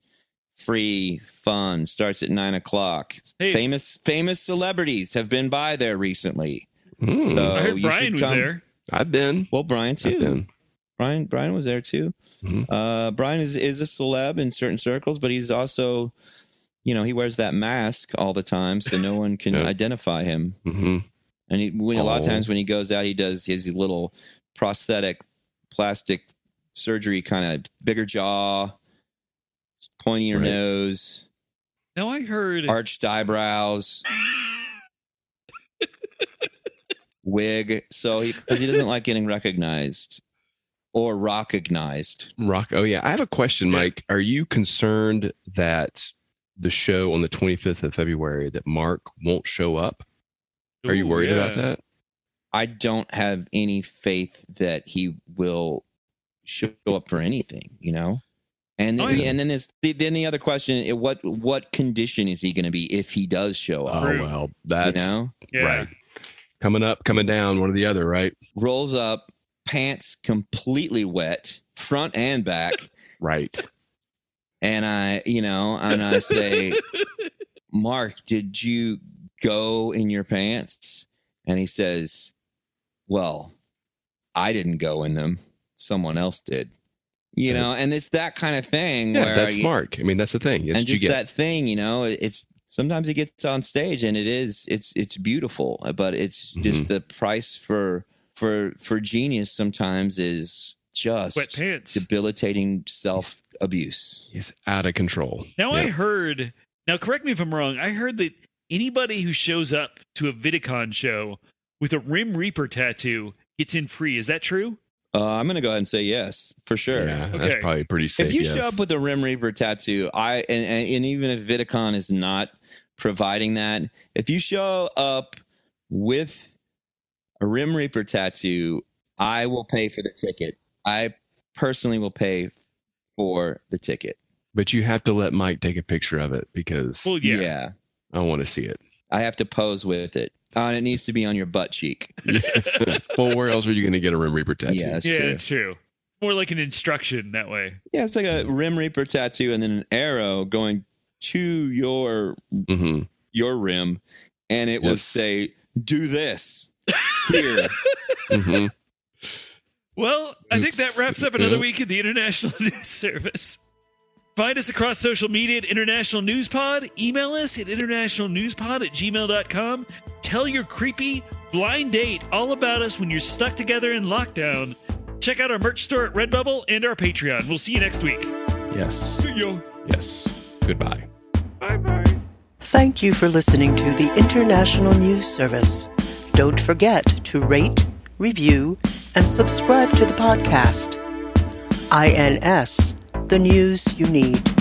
Speaker 2: Free fun starts at nine o'clock.
Speaker 1: Hey.
Speaker 2: Famous famous celebrities have been by there recently.
Speaker 3: Mm,
Speaker 2: So
Speaker 1: I heard
Speaker 2: you
Speaker 1: Brian
Speaker 2: should
Speaker 1: was
Speaker 2: come.
Speaker 1: there.
Speaker 3: I've been.
Speaker 2: Well, Brian
Speaker 3: I've
Speaker 2: too.
Speaker 3: been.
Speaker 2: Brian Brian was there too.
Speaker 3: Mhm.
Speaker 2: Uh, Brian is is a celeb in certain circles, but he's also, you know, he wears that mask all the time, so no one can
Speaker 3: Yeah.
Speaker 2: identify him.
Speaker 3: hmm
Speaker 2: And he, when, a lot of
Speaker 3: Oh.
Speaker 2: times when he goes out, he does his little prosthetic plastic surgery kind of bigger jaw, pointier
Speaker 3: Right.
Speaker 2: nose,
Speaker 1: Now I heard.
Speaker 2: arched eyebrows, wig. So he, because he doesn't like getting recognized or recognized.
Speaker 3: Rock. Oh yeah, I have a question,
Speaker 1: Yeah.
Speaker 3: Mike. Are you concerned that the show on the 25th of February that Mark won't show up? Are you
Speaker 1: Ooh,
Speaker 3: worried
Speaker 1: yeah.
Speaker 3: about that?
Speaker 2: I don't have any faith that he will show up for anything, you know. And then,
Speaker 1: Oh, yeah.
Speaker 2: and then this then the other question is what what condition is he going to be if he does show up?
Speaker 1: True.
Speaker 3: Oh well,
Speaker 2: you
Speaker 3: that's
Speaker 2: know,
Speaker 1: Yeah.
Speaker 3: right. Coming up, coming down, one or the other, right?
Speaker 2: rolls up, pants completely wet, front and back,
Speaker 3: Right.
Speaker 2: and I you know and I say, Mark, did you go in your pants? And he says, Well, I didn't go in them. Someone else did. You know, and it's that kind of thing
Speaker 3: Yeah,
Speaker 2: where
Speaker 3: that's
Speaker 2: you-
Speaker 3: Mark. I mean, that's the thing. That's
Speaker 2: and
Speaker 3: what you
Speaker 2: just
Speaker 3: get.
Speaker 2: that thing, you know, it- it's sometimes it gets on stage and it is it's it's beautiful, but it's
Speaker 3: Mm-hmm.
Speaker 2: just the price for for for genius sometimes is
Speaker 1: Wet
Speaker 2: just
Speaker 1: pants.
Speaker 2: debilitating self abuse.
Speaker 3: He's out of control.
Speaker 1: Now I
Speaker 3: Yeah.
Speaker 1: heard. Now correct me if I'm wrong. I heard that anybody who shows up to a Vidicon show with a Rim Reaper tattoo gets in free. Is that true?
Speaker 2: Uh, I'm going to go ahead and say yes for sure.
Speaker 3: Yeah,
Speaker 1: Okay.
Speaker 3: that's probably pretty safe.
Speaker 2: If you
Speaker 3: yes.
Speaker 2: show up with a Rim Reaper tattoo, I and, and, and even if Viticon is not providing that, if you show up with a Rim Reaper tattoo, I will pay for the ticket. I personally will pay for the ticket.
Speaker 3: but you have to let Mike take a picture of it because
Speaker 1: Well, yeah.
Speaker 3: I want to see it.
Speaker 2: I have to pose with it. Uh, and it needs to be on your butt cheek.
Speaker 3: well, where else are you going to get a Rim Reaper tattoo?
Speaker 2: Yeah, that's
Speaker 1: yeah,
Speaker 2: true.
Speaker 1: that's true. It's more like an instruction that way.
Speaker 2: Yeah, it's like a Rim Reaper tattoo and then an arrow going to your
Speaker 3: hmm
Speaker 2: your rim and it will
Speaker 3: Yes.
Speaker 2: say, Do this here.
Speaker 3: hmm
Speaker 1: Well, I think that
Speaker 3: It's-
Speaker 1: wraps up another
Speaker 3: yeah.
Speaker 1: week of the International News Service. Find us across social media at International News Pod. Email us at internationalnewspod at gmail.com. Tell your creepy blind date all about us when you're stuck together in lockdown. Check out our merch store at Redbubble and our Patreon. We'll see you next week.
Speaker 3: Yes.
Speaker 2: See you.
Speaker 3: Yes. Goodbye.
Speaker 1: Bye bye.
Speaker 4: Thank you for listening to the International News Service. Don't forget to rate, review, and subscribe to the podcast. INS, the news you need.